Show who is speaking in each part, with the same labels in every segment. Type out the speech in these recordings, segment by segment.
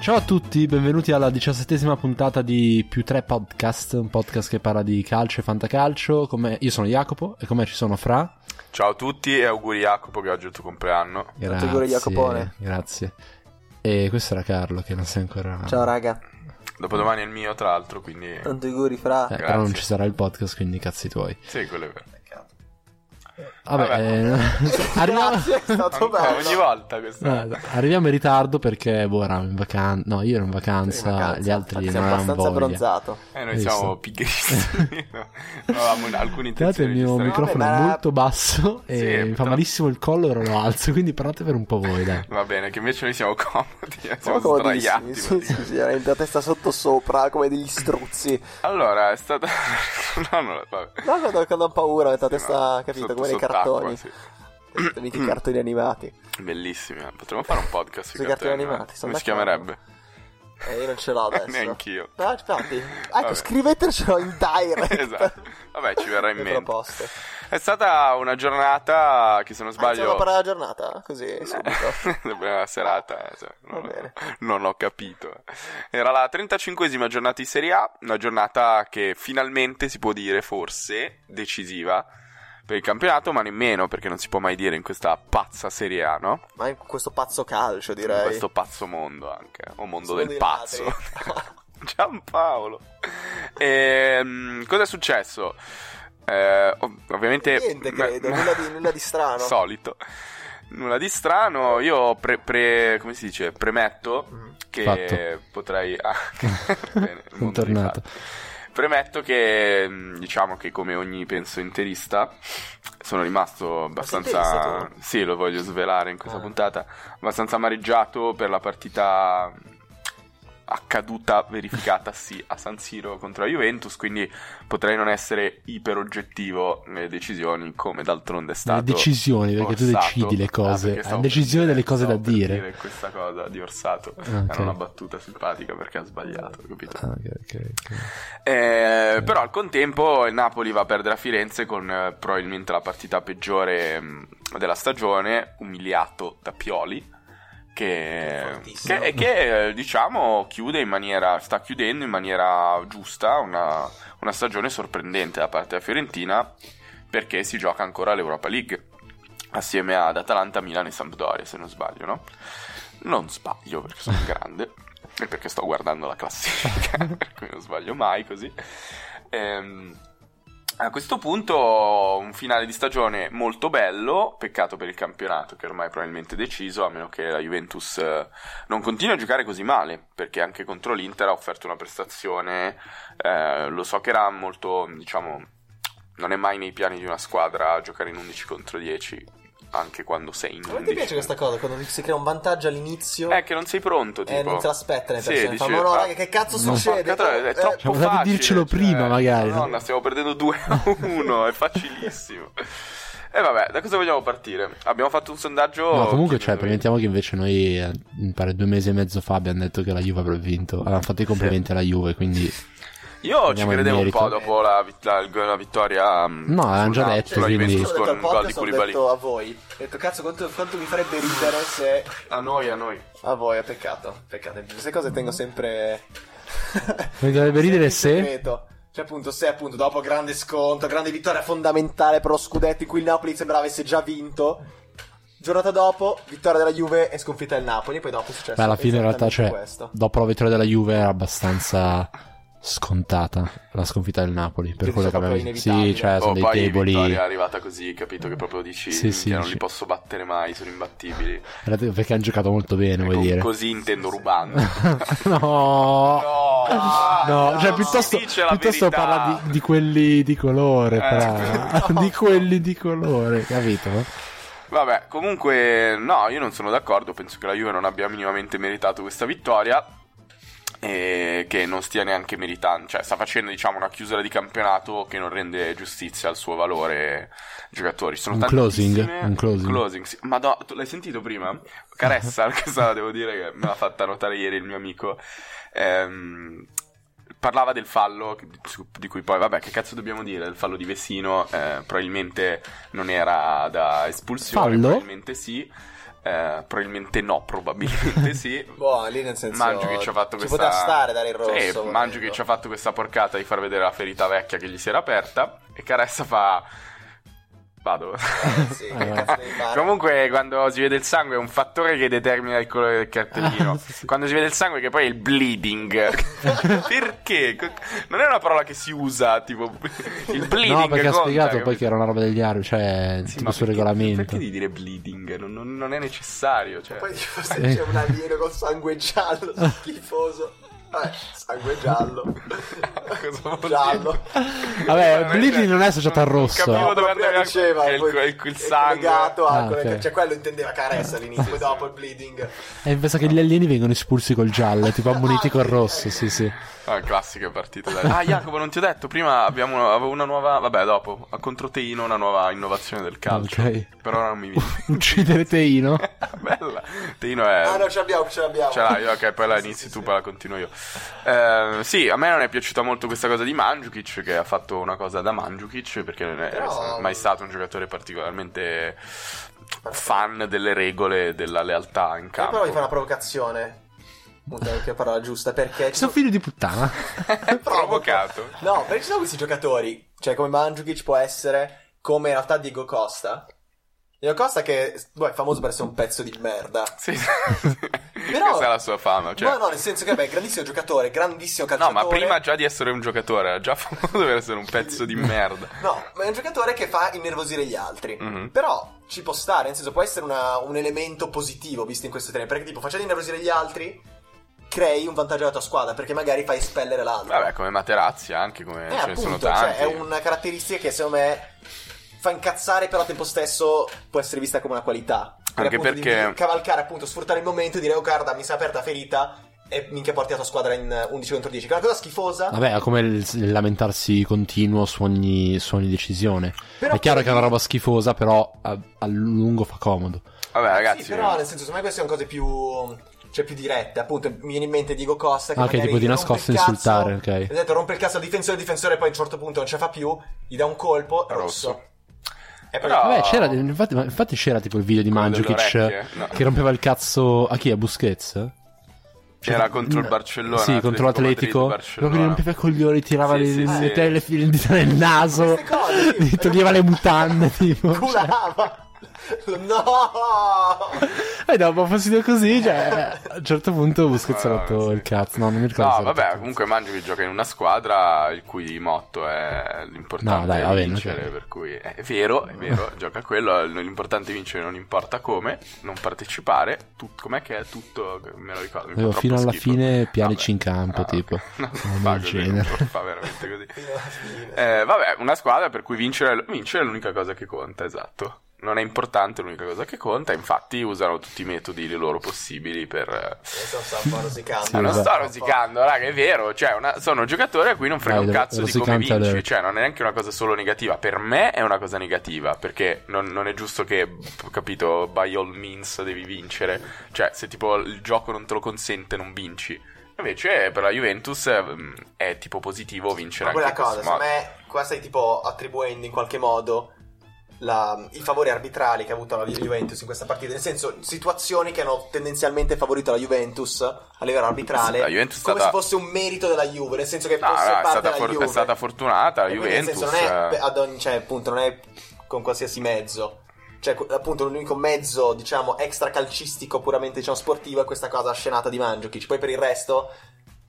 Speaker 1: Ciao a tutti, benvenuti alla diciassettesima puntata di Più 3 Podcast, un podcast che parla di calcio e fantacalcio. Con me- io sono Jacopo e con me ci sono Fra.
Speaker 2: Ciao a tutti e auguri Jacopo che oggi è il tuo compleanno.
Speaker 1: Grazie,
Speaker 3: auguri, Jacopone.
Speaker 1: Grazie. E questo era Carlo che non sei ancora...
Speaker 3: Ciao raga,
Speaker 2: Dopodomani è il mio, tra l'altro, quindi...
Speaker 3: tanti auguri fra.
Speaker 1: Eh, però
Speaker 2: grazie.
Speaker 1: non ci sarà il podcast, quindi cazzi tuoi.
Speaker 2: Sì, quello è vero.
Speaker 1: Vabbè,
Speaker 2: Vabbè.
Speaker 1: eh, arriviamo...
Speaker 3: Grazie, è stato
Speaker 2: Ancora,
Speaker 3: bello.
Speaker 2: ogni volta questo.
Speaker 1: No, arriviamo in ritardo perché boh, eravamo in vacanza. No, io ero in vacanza, gli altri
Speaker 3: Sei
Speaker 1: non avevano
Speaker 3: abbastanza
Speaker 1: voglia.
Speaker 3: bronzato.
Speaker 2: Eh, noi
Speaker 1: Visto.
Speaker 2: siamo pigrissimi. no? Non avevamo alcuna
Speaker 1: Tra l'altro
Speaker 2: intenzione
Speaker 1: il
Speaker 2: di
Speaker 1: mio
Speaker 2: registrare.
Speaker 1: microfono
Speaker 3: Vabbè,
Speaker 1: è
Speaker 3: ma-
Speaker 1: molto basso e
Speaker 2: Sì,
Speaker 1: mi fa
Speaker 2: però-
Speaker 1: malissimo il collo, ora lo alzo, quindi parlate per un po' voi, dai.
Speaker 2: Va bene, che invece noi siamo comodi, eh, siamo
Speaker 3: Siamo comodissimi.
Speaker 2: sdraiati.
Speaker 3: Sì, sì, sì, veramente la testa sotto sopra, come degli struzzi.
Speaker 2: Allora, è stata... no, no, vabbè.
Speaker 3: No, quando, quando ho paura, metto la testa,
Speaker 2: No,
Speaker 3: capito,
Speaker 2: sotto-
Speaker 3: come nei
Speaker 2: sott'acqua, Mm.
Speaker 3: cartoni.
Speaker 2: sì.
Speaker 3: I miti cartoni animati.
Speaker 2: Bellissimi, eh. potremmo fare un podcast sui
Speaker 3: Sui cartoni animati, sono
Speaker 2: Come si
Speaker 3: d'accordo.
Speaker 2: chiamerebbe?
Speaker 3: E
Speaker 2: Eh,
Speaker 3: io non ce l'ho adesso.
Speaker 2: Neanch'io.
Speaker 3: No, infatti. Ecco,
Speaker 2: Vabbè.
Speaker 3: scrivetecelo in direct.
Speaker 2: Esatto. Vabbè, ci verrà in
Speaker 3: Le
Speaker 2: mente.
Speaker 3: proposte. Ah,
Speaker 2: È stata una giornata che se non
Speaker 3: Sbaglio.
Speaker 2: sbaglio...
Speaker 3: parlare la giornata? Così, subito.
Speaker 2: Buona serata, eh, cioè,
Speaker 3: Va
Speaker 2: non,
Speaker 3: bene.
Speaker 2: non ho capito. Era la 35esima giornata di Serie A, una giornata che finalmente si può dire forse decisiva per il campionato, ma nemmeno perché non si può mai dire in questa pazza Serie A, no?
Speaker 3: Ma in questo pazzo calcio,
Speaker 2: In
Speaker 3: direi.
Speaker 2: questo pazzo mondo anche, o mondo
Speaker 3: Sono
Speaker 2: del
Speaker 3: dei
Speaker 2: pazzo.
Speaker 3: ladri.
Speaker 2: Giampaolo. Ehm, cosa è successo? Eh, ov- ovviamente...
Speaker 3: Niente, credo. Nulla di, nulla di strano.
Speaker 2: solito. Nulla di strano, io pre, pre- come si dice, premetto
Speaker 3: Mm.
Speaker 2: che
Speaker 1: Fatto.
Speaker 2: potrei ah, bene, il mondo dei
Speaker 1: tornato.
Speaker 2: fatti. Premetto che mh, diciamo che come ogni penso interista sono rimasto
Speaker 3: sei
Speaker 2: abbastanza
Speaker 3: interista
Speaker 2: sì, lo voglio svelare in questa
Speaker 3: Ah.
Speaker 2: puntata, abbastanza amareggiato per la partita mm, accaduta verificata sì a San Siro contro la Juventus, quindi potrei non essere iperoggettivo nelle decisioni come d'altronde è stato.
Speaker 1: Le decisioni, perché tu
Speaker 2: Orsato.
Speaker 1: decidi le
Speaker 2: Ah,
Speaker 1: cose,
Speaker 2: perché
Speaker 1: hai
Speaker 2: stavo
Speaker 1: decisione
Speaker 2: per
Speaker 1: delle cose da
Speaker 2: stavo per
Speaker 1: dire.
Speaker 2: questa cosa di Orsato.
Speaker 1: Ah, ok.
Speaker 2: Era una battuta simpatica perché ha sbagliato, capito?
Speaker 1: Ah, ok, ok, ok.
Speaker 2: Eh, però al contempo il Napoli va a perdere a Firenze con eh, probabilmente la partita peggiore mh, della stagione, umiliato da Pioli. Che,
Speaker 3: Fortissimo.
Speaker 2: che, e che, eh, diciamo chiude in maniera sta chiudendo in maniera giusta una, una stagione sorprendente da parte della Fiorentina perché si gioca ancora l'Europa League assieme ad Atalanta, Milano e Sampdoria se non sbaglio no? non sbaglio perché sono grande e perché sto guardando la classifica per cui non sbaglio mai così Ehm, a questo punto un finale di stagione molto bello, peccato per il campionato che ormai è probabilmente deciso, a meno che la Juventus eh, non continui a giocare così male, perché anche contro l'Inter ha offerto una prestazione, eh, lo so che era molto, diciamo, non è mai nei piani di una squadra giocare in 11 contro 10, anche quando sei in
Speaker 3: A
Speaker 2: 11.
Speaker 3: me ti piace questa cosa, quando si crea un vantaggio all'inizio
Speaker 2: È che non sei pronto, Ecco, tipo.
Speaker 3: e non te l'aspetta le
Speaker 2: Sì,
Speaker 3: persone.
Speaker 2: dici,
Speaker 3: Fanno, no,
Speaker 2: ah,
Speaker 3: raga, che cazzo
Speaker 2: no,
Speaker 3: succede?
Speaker 2: porca troia, è
Speaker 3: Eh,
Speaker 2: troppo
Speaker 1: Cioè, potevate
Speaker 2: facile,
Speaker 1: dircelo
Speaker 2: cioè,
Speaker 1: prima, magari.
Speaker 2: Madonna, stiamo perdendo 2 a 1, è facilissimo. E vabbè, da cosa vogliamo partire? Abbiamo fatto un sondaggio.
Speaker 1: No, comunque,
Speaker 2: Oh, chi
Speaker 1: cioè,
Speaker 2: lo indovina?
Speaker 1: permettiamo che invece noi, eh, mi pare due mesi e mezzo fa, abbiamo detto che la Juve avrebbe vinto. Avevamo fatto i complimenti alla Juve, quindi...
Speaker 2: Io ci
Speaker 1: Andiamo nel
Speaker 2: credevo un
Speaker 1: merito.
Speaker 2: po' dopo la, vit- la- la vittoria. mm, Cioè,
Speaker 1: No, avevamo
Speaker 2: sulla-
Speaker 1: già detto,
Speaker 2: sulla
Speaker 1: quindi-
Speaker 3: Io
Speaker 2: Juventus
Speaker 3: sono
Speaker 2: con
Speaker 3: detto al
Speaker 2: il gol di
Speaker 3: podcast, ho
Speaker 2: Koulibaly.
Speaker 3: detto a voi. Ho detto, cazzo, quanto, quanto mi farebbe ridere se...
Speaker 2: A noi, a noi.
Speaker 3: A voi, è peccato. Peccato, queste cose tengo sempre...
Speaker 1: Mi dovrebbe ridere se-
Speaker 3: Segreto. Cioè, appunto, se appunto dopo grande sconto, grande vittoria fondamentale per lo scudetto in cui il Napoli sembrava avesse già vinto... Giornata dopo, vittoria della Juve e sconfitta del Napoli. Poi dopo è successo
Speaker 1: Beh, alla fine in realtà,
Speaker 3: esattamente
Speaker 1: cioè,
Speaker 3: questo.
Speaker 1: dopo la vittoria della Juve era abbastanza scontata la sconfitta del Napoli, per
Speaker 3: Sì,
Speaker 1: quello che
Speaker 3: proprio
Speaker 1: abbiamo visto. Sì,
Speaker 3: inevitabile.
Speaker 1: cioè, sono
Speaker 2: Oh,
Speaker 1: dei
Speaker 2: poi
Speaker 1: deboli.
Speaker 2: vittoria è arrivata così, capito? Che proprio dici:
Speaker 1: Sì, sì,
Speaker 2: "Minchia, non
Speaker 1: dici-
Speaker 2: li posso battere mai, sono imbattibili.
Speaker 1: In realtà, Perché hanno giocato molto bene, vuoi
Speaker 2: Con-
Speaker 1: dire.
Speaker 2: Così intendo rubando.
Speaker 1: no.
Speaker 2: Ah, No,
Speaker 1: No,
Speaker 3: no,
Speaker 1: cioè
Speaker 3: no,
Speaker 1: piuttosto,
Speaker 2: si dice la
Speaker 1: piuttosto
Speaker 2: verità.
Speaker 1: parla di, di quelli di colore,
Speaker 2: Eh,
Speaker 1: però.
Speaker 3: no.
Speaker 1: di quelli di colore, capito?
Speaker 2: Vabbè, comunque, no, io non sono d'accordo. Penso che la Juve non abbia minimamente meritato questa vittoria. E che non stia neanche meritando, cioè sta facendo diciamo una chiusura di campionato che non rende giustizia al suo valore giocatori. Sono
Speaker 1: Un
Speaker 2: tantissime-
Speaker 1: closing, un closing.
Speaker 2: sì. Madonna, tu l'hai sentito prima? Caressa, questa la devo dire che me l'ha fatta notare ieri il mio amico. Ehm, parlava del fallo che- su- di cui poi, vabbè, che cazzo dobbiamo dire? Del fallo di Vesino, eh, probabilmente non era da espulsione,
Speaker 1: Fallo?
Speaker 2: probabilmente sì. Eh, probabilmente no, probabilmente sì.
Speaker 3: Boh, lì nel senso.
Speaker 2: Mandzukic ci ha fatto
Speaker 3: ci
Speaker 2: questa.
Speaker 3: poteva stare dare il
Speaker 2: Sì,
Speaker 3: rosso.
Speaker 2: Mandzukic ci ha fatto questa porcata di far vedere la ferita vecchia che gli si era aperta. E Caressa fa. Vado.
Speaker 3: fatto. Sì, che
Speaker 1: Eh,
Speaker 3: cazzo devi fare?
Speaker 2: Ah, Comunque, quando si vede il sangue, è un fattore che determina il colore del
Speaker 1: Ah,
Speaker 2: cartellino.
Speaker 1: sì, sì.
Speaker 2: Quando si vede il sangue, che poi è il bleeding. perché? Co- Non è una parola che si usa, tipo. Il bleeding.
Speaker 1: no, perché ha
Speaker 2: conta,
Speaker 1: spiegato
Speaker 2: capito?
Speaker 1: poi che era una roba degli arbitri, cioè
Speaker 2: Sì,
Speaker 1: tipo
Speaker 2: ma
Speaker 1: sul
Speaker 2: perché-
Speaker 1: regolamento.
Speaker 2: Perché di dire bleeding? Non, non- non è necessario. Cioè.
Speaker 3: Poi tipo, se
Speaker 1: eh.
Speaker 3: c'è un alieno col sangue giallo, schifoso. Vabbè, sangue giallo.
Speaker 2: Cosa vuol dire?
Speaker 3: giallo.
Speaker 1: Vabbè,
Speaker 2: Veramente,
Speaker 1: bleeding non è associato al
Speaker 2: non
Speaker 1: rosso.
Speaker 2: Capivo dove
Speaker 3: Prima
Speaker 2: andare
Speaker 3: diceva,
Speaker 2: il,
Speaker 3: poi
Speaker 2: il, il
Speaker 3: è
Speaker 2: sangue.
Speaker 3: collegato a-
Speaker 1: Ah, ok. Eh.
Speaker 3: Cioè, quello intendeva caressa all'inizio, poi dopo il bleeding.
Speaker 1: E pensa Eh, che gli alieni vengono espulsi col giallo, tipo ammoniti col rosso, sì, sì.
Speaker 2: Ah, classiche partite. dai. Ah, Jacopo, non ti ho detto. Prima abbiamo una, avevo una nuova. Vabbè, dopo. A controteino, una nuova innovazione del calcio.
Speaker 1: Ok.
Speaker 2: Per ora non mi viene.
Speaker 1: Uccidere Teino.
Speaker 2: Bella. Teino è.
Speaker 3: Ah no, ce l'abbiamo, ce l'abbiamo.
Speaker 2: Eh. Ce l'hai, ok, poi la
Speaker 3: Sì, sì,
Speaker 2: inizi
Speaker 3: sì,
Speaker 2: tu,
Speaker 3: sì.
Speaker 2: poi la continuo io. Eh, sì, a me non è piaciuta molto questa cosa di Mandzukic, che ha fatto una cosa da Mandzukic, perché non è
Speaker 3: Però-
Speaker 2: mai stato un giocatore particolarmente fan delle regole e della lealtà in
Speaker 3: Io
Speaker 2: campo.
Speaker 3: però mi fa una provocazione. Punta anche la parola giusta, perché... ci
Speaker 1: Sono figlio di puttana.
Speaker 2: Provocato.
Speaker 3: No, perché ci sono questi giocatori, cioè come Mandzukic può essere, come in realtà Diego Costa. Diego Costa che boh, è famoso per essere un pezzo di merda.
Speaker 2: Sì, sì.
Speaker 3: Però-
Speaker 2: Questa è la sua fama. Cioè...
Speaker 3: No, no, nel senso che beh, è grandissimo giocatore, grandissimo
Speaker 2: No,
Speaker 3: calciatore.
Speaker 2: ma prima già di essere un giocatore, era già famoso per essere un pezzo di merda.
Speaker 3: No, ma è un giocatore che fa innervosire gli altri.
Speaker 2: Mhm.
Speaker 3: Però ci può stare, nel senso può essere una- un elemento positivo visto in questo termine. Perché tipo facendo innervosire gli altri, crei un vantaggio alla tua squadra perché magari fai espellere l'altro.
Speaker 2: Vabbè, come Materazzi anche, come
Speaker 3: Eh,
Speaker 2: ce ne
Speaker 3: appunto,
Speaker 2: sono
Speaker 3: cioè,
Speaker 2: tanti.
Speaker 3: è una caratteristica che secondo me fa incazzare, però al tempo stesso può essere vista come una qualità.
Speaker 2: Anche
Speaker 3: appunto
Speaker 2: perché-
Speaker 3: Di cavalcare, appunto, sfruttare il momento e dire, oh guarda, mi si è aperta la ferita e minchia porti la tua squadra in eh, 11 contro 10. Che è una cosa schifosa.
Speaker 1: Vabbè, è come il, il lamentarsi continuo su ogni, su ogni decisione.
Speaker 3: Però
Speaker 1: è chiaro
Speaker 3: poi-
Speaker 1: che è una roba schifosa, però a, a lungo fa comodo.
Speaker 2: Vabbè, ragazzi.
Speaker 3: Ah,
Speaker 2: eh.
Speaker 3: Sì, però nel senso, secondo me queste sono cose più... Cioè più dirette, appunto, mi viene in mente Diego Costa che
Speaker 1: Ah, ok,
Speaker 3: magari
Speaker 1: tipo di
Speaker 3: rompe
Speaker 1: nascosto
Speaker 3: il cazzo,
Speaker 1: insultare, ok.
Speaker 3: e detto, rompe il cazzo al difensore, il difensore poi a un certo punto non ce la fa più, gli dà un colpo, rosso.
Speaker 2: Rosso.
Speaker 3: E
Speaker 2: Però-
Speaker 1: Vabbè, c'era, infatti, ma infatti c'era tipo il video di
Speaker 2: Ah. Quello
Speaker 1: Mandzukic
Speaker 2: delle orecchie, no.
Speaker 1: che rompeva il cazzo a chi? A Busquets?
Speaker 2: C'era contro il Barcellona,
Speaker 1: Sì, contro l'Atletico.
Speaker 2: Atletico Madrid,
Speaker 1: Proprio gli rompeva i coglioni, tirava
Speaker 2: Sì,
Speaker 1: le,
Speaker 2: sì,
Speaker 1: le,
Speaker 2: sì.
Speaker 1: te- le file in dita nel naso,
Speaker 3: Queste cose, sì.
Speaker 1: gli toglieva le mutande. Tipo, cioè,
Speaker 3: culava. No!
Speaker 1: e dopo fastidio così, cioè, a un certo punto Busquets ha
Speaker 2: Ah,
Speaker 1: rotto
Speaker 2: sì.
Speaker 1: il cazzo. No, non mi ricordo.
Speaker 2: No,
Speaker 1: se era
Speaker 2: vabbè,
Speaker 1: tutto.
Speaker 2: comunque Mandzukic gioca in una squadra il cui motto è l'importante
Speaker 1: No, dai,
Speaker 2: è
Speaker 1: va bene,
Speaker 2: vincere,
Speaker 1: ok.
Speaker 2: per cui è vero, è vero, gioca quello, l'importante è vincere, non importa come, non partecipare, tut- com'è che è tutto, me lo ricordo, mi fa
Speaker 1: Avevo
Speaker 2: troppo
Speaker 1: fino alla
Speaker 2: schifo.
Speaker 1: fine pianici
Speaker 2: Vabbè.
Speaker 1: in campo,
Speaker 2: Ah, ok.
Speaker 1: tipo.
Speaker 2: No,
Speaker 1: Non
Speaker 2: fa
Speaker 1: del
Speaker 2: così,
Speaker 1: genere.
Speaker 2: fa veramente così. Eh, vabbè, una squadra per cui vincere, vincere è l'unica cosa che conta, esatto. Non è importante, è l'unica cosa che conta. Infatti, usano tutti i metodi loro possibili per. eh,
Speaker 3: Adesso sto un po' rosicando.
Speaker 1: Sì,
Speaker 2: ma Ah, non
Speaker 1: esatto.
Speaker 2: sto rosicando, raga, è vero. Cioè, una- sono un giocatore a cui non frega
Speaker 1: Dai,
Speaker 2: un
Speaker 1: dai,
Speaker 2: cazzo di come
Speaker 1: rosicante
Speaker 2: vinci.
Speaker 1: alert.
Speaker 2: Cioè, non è neanche una cosa solo negativa. Per me è una cosa negativa. Perché non, non è giusto che, p- capito, by all means devi vincere. Cioè, se tipo il gioco non te lo consente, non vinci. Invece, per la Juventus eh, è tipo positivo vincere
Speaker 3: Ma
Speaker 2: anche
Speaker 3: quella
Speaker 2: in
Speaker 3: cosa,
Speaker 2: questo
Speaker 3: secondo
Speaker 2: modo.
Speaker 3: me, qua stai tipo attribuendo in qualche modo la- i favori arbitrali che ha avuto la Juventus in questa partita. Nel senso, situazioni che hanno tendenzialmente favorito la Juventus a livello arbitrale.
Speaker 2: La Juventus è
Speaker 3: come
Speaker 2: stata-
Speaker 3: se fosse un merito della Juve, nel senso che
Speaker 2: No, no,
Speaker 3: fosse
Speaker 2: è,
Speaker 3: parte
Speaker 2: stata
Speaker 3: della
Speaker 2: for- è
Speaker 3: Juve.
Speaker 2: stata fortunata la
Speaker 3: E quindi,
Speaker 2: Juventus.
Speaker 3: Nel senso, non è
Speaker 2: eh.
Speaker 3: ad ogni- cioè, appunto, non è con qualsiasi mezzo. Cioè, co- appunto, l'unico mezzo, diciamo, extra calcistico, puramente diciamo sportivo, è questa cosa scenata di Mandzukic. Poi per il resto,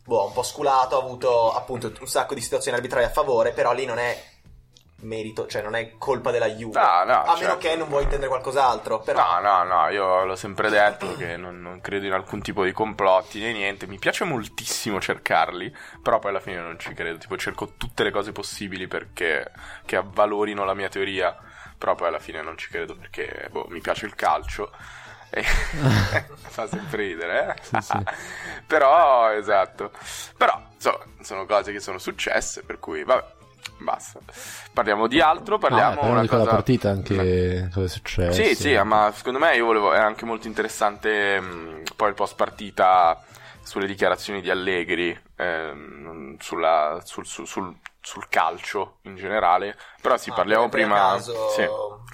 Speaker 3: boh, un po' sculato, ha avuto appunto un sacco di situazioni arbitrali a favore, però lì non è merito, cioè non è colpa della Juve.
Speaker 2: No, no,
Speaker 3: a
Speaker 2: certo.
Speaker 3: meno che non vuoi intendere qualcos'altro, però
Speaker 2: No, no, no, io l'ho sempre detto che non, non credo in alcun tipo di complotti né niente. Mi piace moltissimo cercarli, però poi alla fine non ci credo. Tipo, cerco tutte le cose possibili perché che avvalorino la mia teoria, però poi alla fine non ci credo perché boh, mi piace il calcio. E fa sempre ridere, eh?
Speaker 1: Sì, sì.
Speaker 2: però esatto. Però insomma, sono cose che sono successe, per cui vabbè. Basta. Parliamo di altro,
Speaker 1: Ah,
Speaker 2: parliamo, una
Speaker 1: di quella
Speaker 2: cosa-
Speaker 1: partita anche cosa è successo.
Speaker 2: sì, sì, ah, ma secondo me io volevo, è anche molto interessante mh, poi il post partita sulle dichiarazioni di Allegri, ehm, sulla- sul, sul- sul- sul calcio in generale, però sì,
Speaker 3: Ah,
Speaker 2: parliamo
Speaker 3: per
Speaker 2: prima...
Speaker 3: caso-
Speaker 2: Sì,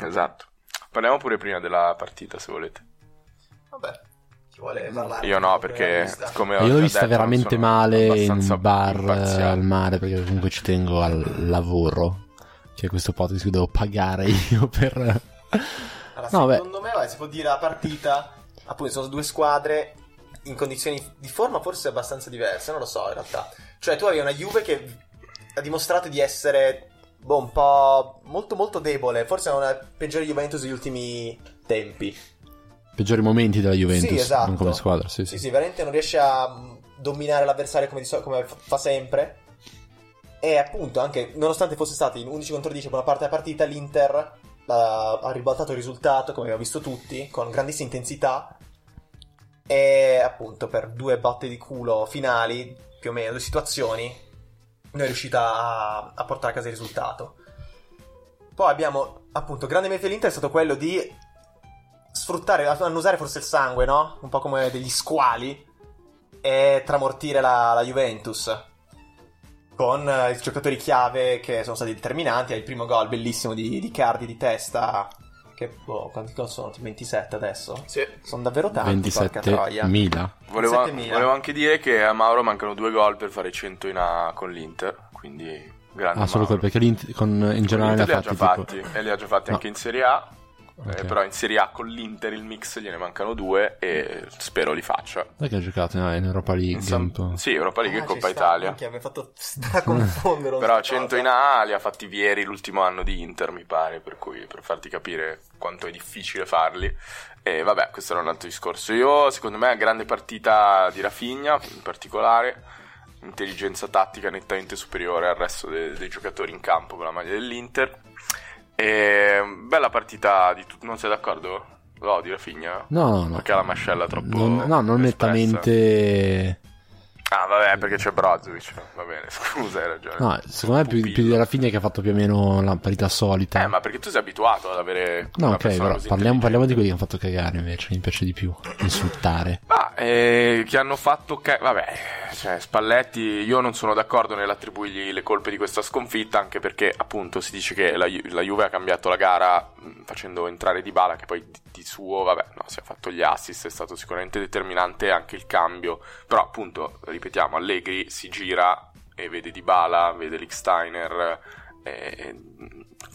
Speaker 2: esatto. Parliamo pure prima della partita se volete.
Speaker 3: vuole parlare.
Speaker 2: Io no, perché come ho
Speaker 1: Io l'ho
Speaker 2: già
Speaker 1: vista
Speaker 2: detto,
Speaker 1: veramente
Speaker 2: sono
Speaker 1: male
Speaker 2: abbastanza
Speaker 1: in bar eh,
Speaker 2: imparziale.
Speaker 1: al mare perché comunque ci tengo al lavoro. Cioè, questo podcast che devo pagare io per.
Speaker 3: Allora,
Speaker 1: No, beh.
Speaker 3: secondo me vai, si può dire la partita. Appunto, sono due squadre in condizioni di forma forse abbastanza diverse, non lo so in realtà. Cioè, tu avevi una Juve che ha dimostrato di essere boh, un po' molto molto debole, forse è una peggiore Juventus degli ultimi tempi.
Speaker 1: Peggiori momenti della Juventus.
Speaker 3: sì, esatto.
Speaker 1: Non come squadra, sì, sì.
Speaker 3: Sì, sì, veramente non riesce a mh, dominare l'avversario come, di so- come f- fa sempre. E appunto, anche nonostante fosse stato in 11 contro 10 per una parte della partita, l'Inter ha ha ribaltato il risultato, come abbiamo visto tutti, con grandissima intensità. E appunto, per due botte di culo finali, più o meno, due situazioni, non è riuscita a, a portare a casa il risultato. Poi abbiamo, appunto, grande merito dell'Inter è stato quello di sfruttare, annusare forse il sangue, no? Un po' come degli squali e tramortire la, la Juventus. Con eh, i giocatori chiave che sono stati determinanti, il primo gol bellissimo di, di Cardi di testa, che boh, quanti gol sono? 27
Speaker 1: eh,
Speaker 3: adesso?
Speaker 2: Sì.
Speaker 3: Sono davvero tanti,
Speaker 1: 27
Speaker 3: porca troia.
Speaker 1: mila.
Speaker 2: Volevo,
Speaker 3: 7.000.
Speaker 2: volevo anche dire che a Mauro mancano due gol per fare 100 in A con l'Inter, quindi grande
Speaker 1: Ah, solo quel
Speaker 2: Mauro.
Speaker 1: perché l'int- con, in generale ne ha fatti
Speaker 2: L'Inter li
Speaker 1: tipo.
Speaker 2: ha già fatti, e li ha già fatti
Speaker 1: No.
Speaker 2: anche in Serie A,
Speaker 1: Ok.
Speaker 2: eh, però in Serie A con l'Inter il mix gliene mancano due e spero li faccia.
Speaker 1: Dai che ha giocato no, in Europa League. un po'.
Speaker 2: Insomma, sì, Europa League
Speaker 3: Ah,
Speaker 2: e
Speaker 3: ci
Speaker 2: Coppa
Speaker 3: sta,
Speaker 2: Italia.
Speaker 3: minchia, mi ha fatto straconfondere.
Speaker 2: Però
Speaker 3: cioè.
Speaker 2: 100 in A li ha fatti ieri l'ultimo anno di Inter, mi pare, per cui per farti capire quanto è difficile farli. E vabbè, questo era un altro discorso. Io, secondo me, grande partita di Rafinha, in particolare, intelligenza tattica nettamente superiore al resto de- dei giocatori in campo con la maglia dell'Inter. E bella partita di tutti, non sei d'accordo? No, di Rafinha.
Speaker 1: No, no, no.
Speaker 2: Perché ha la mascella troppo
Speaker 1: Non- no, non
Speaker 2: espressa.
Speaker 1: nettamente.
Speaker 2: Ah, vabbè, perché c'è Brozovic. Va bene, scusa, hai ragione.
Speaker 1: No, secondo me più,
Speaker 2: Pupillo.
Speaker 1: più della fine che ha fatto più o meno la parità solita.
Speaker 2: Eh, ma perché tu sei abituato ad avere.
Speaker 1: No,
Speaker 2: una
Speaker 1: ok,
Speaker 2: persona
Speaker 1: però
Speaker 2: così
Speaker 1: parliamo, parliamo di
Speaker 2: intelligente.
Speaker 1: quelli che hanno fatto cagare invece, mi piace di più insultare.
Speaker 2: Ah, eh, che hanno fatto. ca- vabbè, cioè, Spalletti, io non sono d'accordo nell'attribuirgli le colpe di questa sconfitta, anche perché, appunto, si dice che la, Ju- la Juve ha cambiato la gara mh, facendo entrare Di Bala, che poi di, di suo, vabbè, no, si è fatto gli assist, è stato sicuramente determinante anche il cambio. Però, appunto, ripetiamo, Allegri si gira e vede Di Bala, vede Licksteiner. E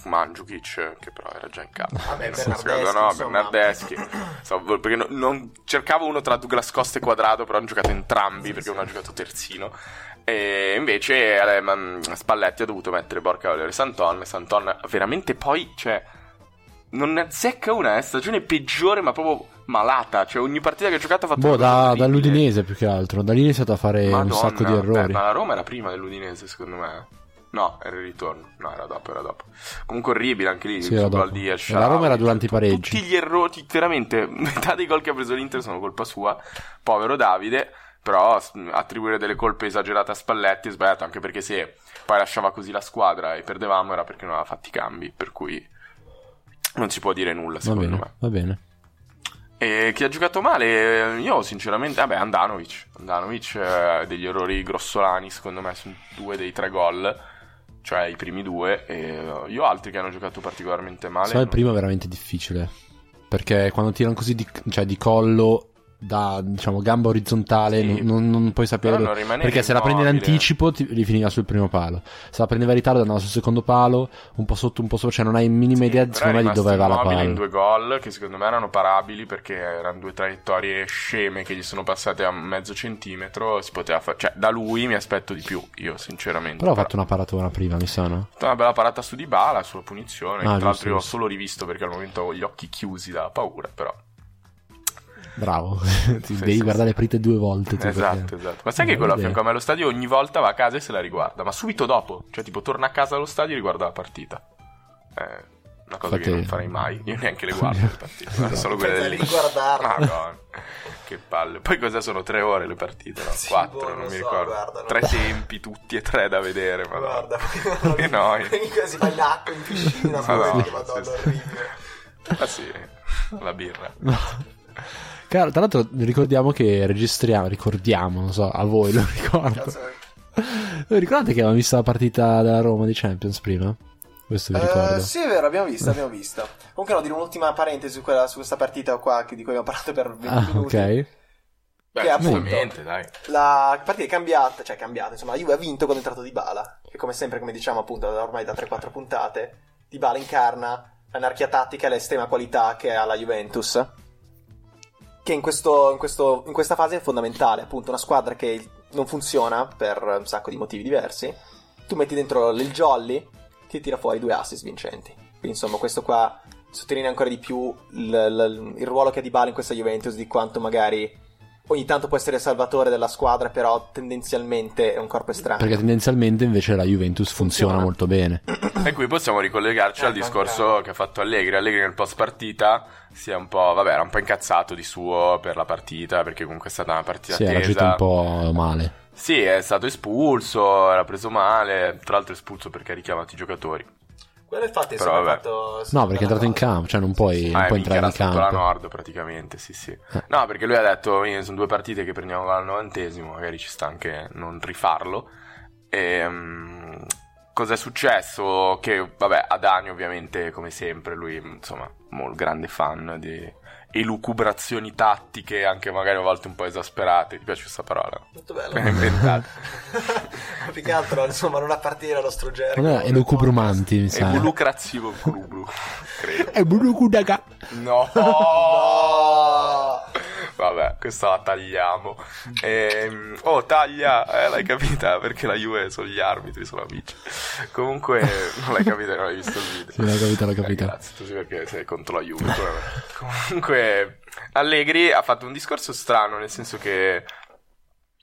Speaker 2: Mandzukic che però era già in campo
Speaker 3: Vabbè,
Speaker 2: Non so se-
Speaker 3: Bernardeschi,
Speaker 2: no,
Speaker 3: insomma.
Speaker 2: Bernardeschi Stavo- perché no- non, cercavo uno tra Douglas Costa e Quadrado, però hanno giocato entrambi perché uno ha giocato terzino. E invece eh, ma- Spalletti ha dovuto mettere Borca Valero e Santon. Santon veramente poi, cioè, non ne azzecca una, è stagione peggiore, ma proprio malata. Cioè, ogni partita che ha giocato ha fatto
Speaker 1: Boh,
Speaker 2: una cosa
Speaker 1: da,
Speaker 2: orribile.
Speaker 1: dall'Udinese più che altro, da lì è iniziato a fare un
Speaker 2: Madonna,
Speaker 1: sacco di
Speaker 2: beh,
Speaker 1: errori.
Speaker 2: ma la Roma era prima dell'Udinese, secondo me. No, era il ritorno. No, era dopo, era dopo. Comunque orribile anche lì.
Speaker 1: Sì,
Speaker 2: il
Speaker 1: era
Speaker 2: gol
Speaker 1: dopo.
Speaker 2: di
Speaker 1: La
Speaker 2: Al-Shaarawy.
Speaker 1: Roma era durante i pareggi.
Speaker 2: Tutti gli errori, veramente, metà dei gol che ha preso l'Inter sono colpa sua. Povero Davide. Però s- attribuire delle colpe esagerate a Spalletti è sbagliato, anche perché se poi lasciava così la squadra e perdevamo era perché non aveva fatto i cambi, per cui non si può dire nulla,
Speaker 1: va
Speaker 2: secondo
Speaker 1: bene,
Speaker 2: me.
Speaker 1: va bene.
Speaker 2: E chi ha giocato male, eh, io sinceramente, vabbè, Andanovic. Andanovic eh, ha degli errori grossolani, secondo me, su due dei tre gol, cioè i primi due. E eh, io altri che hanno giocato particolarmente male.
Speaker 1: Secondo me il
Speaker 2: non-
Speaker 1: primo è veramente difficile. Perché quando tirano così di, cioè, di collo da diciamo gamba orizzontale,
Speaker 2: Sì.
Speaker 1: non, non- non puoi sapere.
Speaker 2: Però non rimanere
Speaker 1: perché se la prendi in
Speaker 2: immobile.
Speaker 1: anticipo ti rifiniva sul primo palo. Se la prendeva in ritardo andava sul secondo palo, un po' sotto, un po' sopra, cioè non hai minima idea
Speaker 2: Però
Speaker 1: secondo
Speaker 2: è
Speaker 1: me di dove va la
Speaker 2: rimasto immobile
Speaker 1: palla.
Speaker 2: in due gol che secondo me erano parabili perché erano due traiettorie sceme che gli sono passate a mezzo centimetro. Si poteva fare, cioè, da lui mi aspetto di più. Io, sinceramente,
Speaker 1: Però ho fatto una paratona prima, mi sa, no?
Speaker 2: Ha fatto una bella parata su Dybala sulla punizione.
Speaker 1: Ah,
Speaker 2: che tra l'altro,
Speaker 1: giusto,
Speaker 2: io ho
Speaker 1: giusto.
Speaker 2: solo rivisto perché al momento avevo gli occhi chiusi dalla paura. Però
Speaker 1: Bravo. Ti
Speaker 2: Sì,
Speaker 1: devi
Speaker 2: sì,
Speaker 1: guardare le
Speaker 2: sì.
Speaker 1: prite due volte. tu,
Speaker 2: esatto,
Speaker 1: perché-
Speaker 2: esatto. Ma sai che
Speaker 1: Non
Speaker 2: quello a
Speaker 1: idea.
Speaker 2: fianco a me allo stadio ogni volta va a casa e se la riguarda, ma subito dopo, cioè tipo torna a casa allo stadio e riguarda la partita. Eh, una cosa
Speaker 1: Infatti-
Speaker 2: che non farei mai, io neanche le guardo le partite, guardo solo quelle
Speaker 3: Senza
Speaker 2: lì.
Speaker 3: Cioè, riguardarle.
Speaker 2: Madonna, che palle. Poi cosa sono tre ore le partite? No?
Speaker 3: Sì,
Speaker 2: Quattro,
Speaker 3: boh,
Speaker 2: non,
Speaker 3: non
Speaker 2: mi
Speaker 3: so,
Speaker 2: ricordo.
Speaker 3: guarda, non-
Speaker 2: Tre tempi tutti e tre da vedere, ma
Speaker 3: Guarda,
Speaker 2: Che noia.
Speaker 3: quindi quasi va in acqua in piscina,
Speaker 2: Madonna,
Speaker 3: poverino,
Speaker 2: sì,
Speaker 3: madonna,
Speaker 2: sì.
Speaker 3: orribile.
Speaker 2: Ah sì, la birra.
Speaker 1: Cara, tra l'altro ricordiamo che registriamo, ricordiamo, non so, a voi lo ricordo. Voi ricordate che avevamo visto la partita della Roma di Champions prima? Questo vi ricordo.
Speaker 3: Eh, sì, è vero, abbiamo visto, abbiamo visto. Comunque, no, dire un'ultima parentesi su, quella- su questa partita qua che- di cui abbiamo parlato per 20
Speaker 1: ah,
Speaker 3: minuti.
Speaker 1: ok.
Speaker 2: Beh,
Speaker 3: che
Speaker 2: assolutamente, dai.
Speaker 3: La partita è cambiata, cioè cambiata, insomma, la Juve ha vinto quando è entrato Dybala, che come sempre, come diciamo appunto da- ormai da 3-4 puntate, Dybala incarna l'anarchia tattica e l'estrema qualità che ha la Juventus, che in, questo- in questo- in questa fase è fondamentale, appunto, una squadra che non funziona per un sacco di motivi diversi, tu metti dentro il jolly, ti tira fuori due assist vincenti. Quindi insomma questo qua sottolinea ancora di più il, il- il ruolo che ha Dybala in questa Juventus, di quanto magari ogni tanto può essere il salvatore della squadra, però tendenzialmente è un corpo estraneo.
Speaker 1: Perché tendenzialmente invece la Juventus funziona,
Speaker 3: Funziona.
Speaker 1: molto bene.
Speaker 2: E qui possiamo ricollegarci
Speaker 3: Eh,
Speaker 2: al discorso che ha fatto Allegri. Allegri nel post partita si è un po', vabbè, era un po' incazzato di suo per la partita, perché comunque è stata una partita
Speaker 1: Sì, era
Speaker 2: tesa.
Speaker 1: agito un po' male.
Speaker 2: Sì, è stato espulso, era preso male, tra l'altro espulso perché ha richiamato i giocatori.
Speaker 3: Quello infatti
Speaker 2: Però
Speaker 3: insomma,
Speaker 2: vabbè.
Speaker 3: ha fatto...
Speaker 1: No, perché è entrato in campo, cioè non puoi, non
Speaker 2: Ah,
Speaker 1: puoi
Speaker 2: minchia,
Speaker 1: entrare in
Speaker 2: era sotto la
Speaker 1: campo. Eh.
Speaker 2: Nord praticamente, sì sì. No, perché lui ha detto, "Eh, sono due partite che prendiamo al novantesimo, magari ci sta anche non rifarlo. Ehm, cos'è successo? Che, vabbè, Adani ovviamente, come sempre, lui, insomma, un grande fan di elucubrazioni tattiche, anche magari a volte un po' esasperate. Ti piace questa parola?
Speaker 3: Molto bello.
Speaker 2: L'ho inventata.
Speaker 3: Più che altro, insomma, non appartiene al nostro
Speaker 2: Eh,
Speaker 3: gergo.
Speaker 1: Non è elucubrumanti, mi sa.
Speaker 2: Elucrazivo clubru, credo.
Speaker 1: È bulucudaga.
Speaker 2: No!
Speaker 3: No!
Speaker 2: Vabbè, questa la tagliamo. Ehm, oh, taglia! Eh, l'hai capita? Perché la Juve sono gli arbitri, sono amici. Comunque, non l'hai capita, non hai visto il video.
Speaker 1: Sì, l'ho capita, l'ho capita.
Speaker 2: Eh, grazie, tu sì perché sei contro la Juve. come me. Comunque, Allegri ha fatto un discorso strano, nel senso che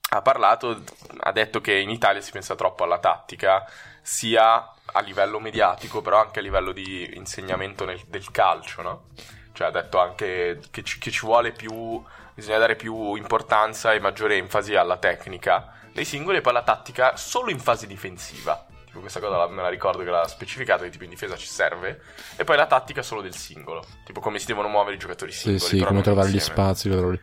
Speaker 2: ha parlato, ha detto che in Italia si pensa troppo alla tattica, sia a livello mediatico, però anche a livello di insegnamento nel- del calcio, no? Cioè ha detto anche che ci, che ci vuole più, bisogna dare più importanza e maggiore enfasi alla tecnica dei singoli e poi alla tattica solo in fase difensiva. Tipo questa cosa la- me la ricordo che l'ha specificato, che tipo in difesa ci serve. E poi la tattica solo del singolo, tipo come si devono muovere i giocatori
Speaker 1: Sì,
Speaker 2: singoli.
Speaker 1: sì,
Speaker 2: però
Speaker 1: come
Speaker 2: non
Speaker 1: trovare gli
Speaker 2: insieme.
Speaker 1: spazi. loro lì.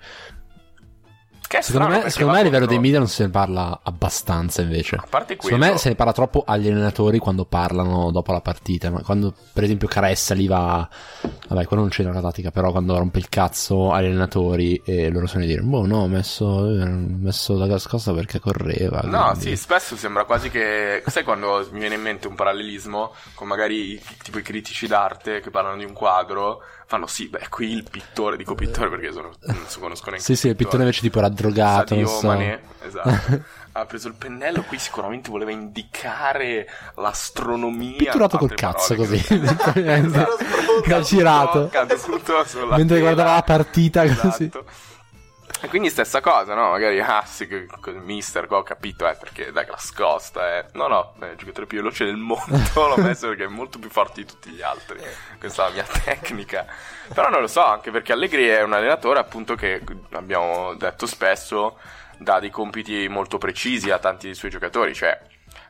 Speaker 2: Che è
Speaker 1: Secondo
Speaker 2: strano
Speaker 1: me,
Speaker 2: perché
Speaker 1: secondo
Speaker 2: va
Speaker 1: me a livello dei
Speaker 2: contro-
Speaker 1: media non se ne parla abbastanza invece.
Speaker 2: A parte quello,
Speaker 1: Secondo me se ne parla troppo agli allenatori quando parlano dopo la partita. ma Quando, per esempio, Caressa lì va. Vabbè, quello non c'entra la tattica, però quando rompe il cazzo agli allenatori e loro sono a dire: Boh, no, ho messo, eh, ho messo la nascosta perché correva.
Speaker 2: No,
Speaker 1: quindi-
Speaker 2: sì, spesso sembra quasi che. Sai quando mi viene in mente un parallelismo con magari i- tipo i critici d'arte che parlano di un quadro? Fanno sì, beh, qui il pittore, dico pittore perché sono, non si conoscono eh. neanche.
Speaker 1: Sì, sì, il pittore invece tipo era drogato. non
Speaker 2: Sadio
Speaker 1: so.
Speaker 2: Mané, esatto. ha preso il pennello, qui sicuramente voleva indicare l'astronomia.
Speaker 1: Pitturato col
Speaker 2: Altre
Speaker 1: cazzo
Speaker 2: parole
Speaker 1: così.
Speaker 2: che-
Speaker 1: Esatto.
Speaker 3: Era
Speaker 1: girato.
Speaker 2: Toccato tutto sulla
Speaker 1: Mentre
Speaker 2: tela.
Speaker 1: guardava la partita, così.
Speaker 2: Esatto. E quindi stessa cosa, no? Magari, ah sì, che- che il mister qua ho capito, eh, perché Douglas Costa è... eh. No, no, è il giocatore più veloce del mondo, l'ho messo perché è molto più forte di tutti gli altri. Questa è la mia tecnica. Però non lo so, anche perché Allegri è un allenatore appunto che, abbiamo detto spesso, dà dei compiti molto precisi a tanti dei suoi giocatori, cioè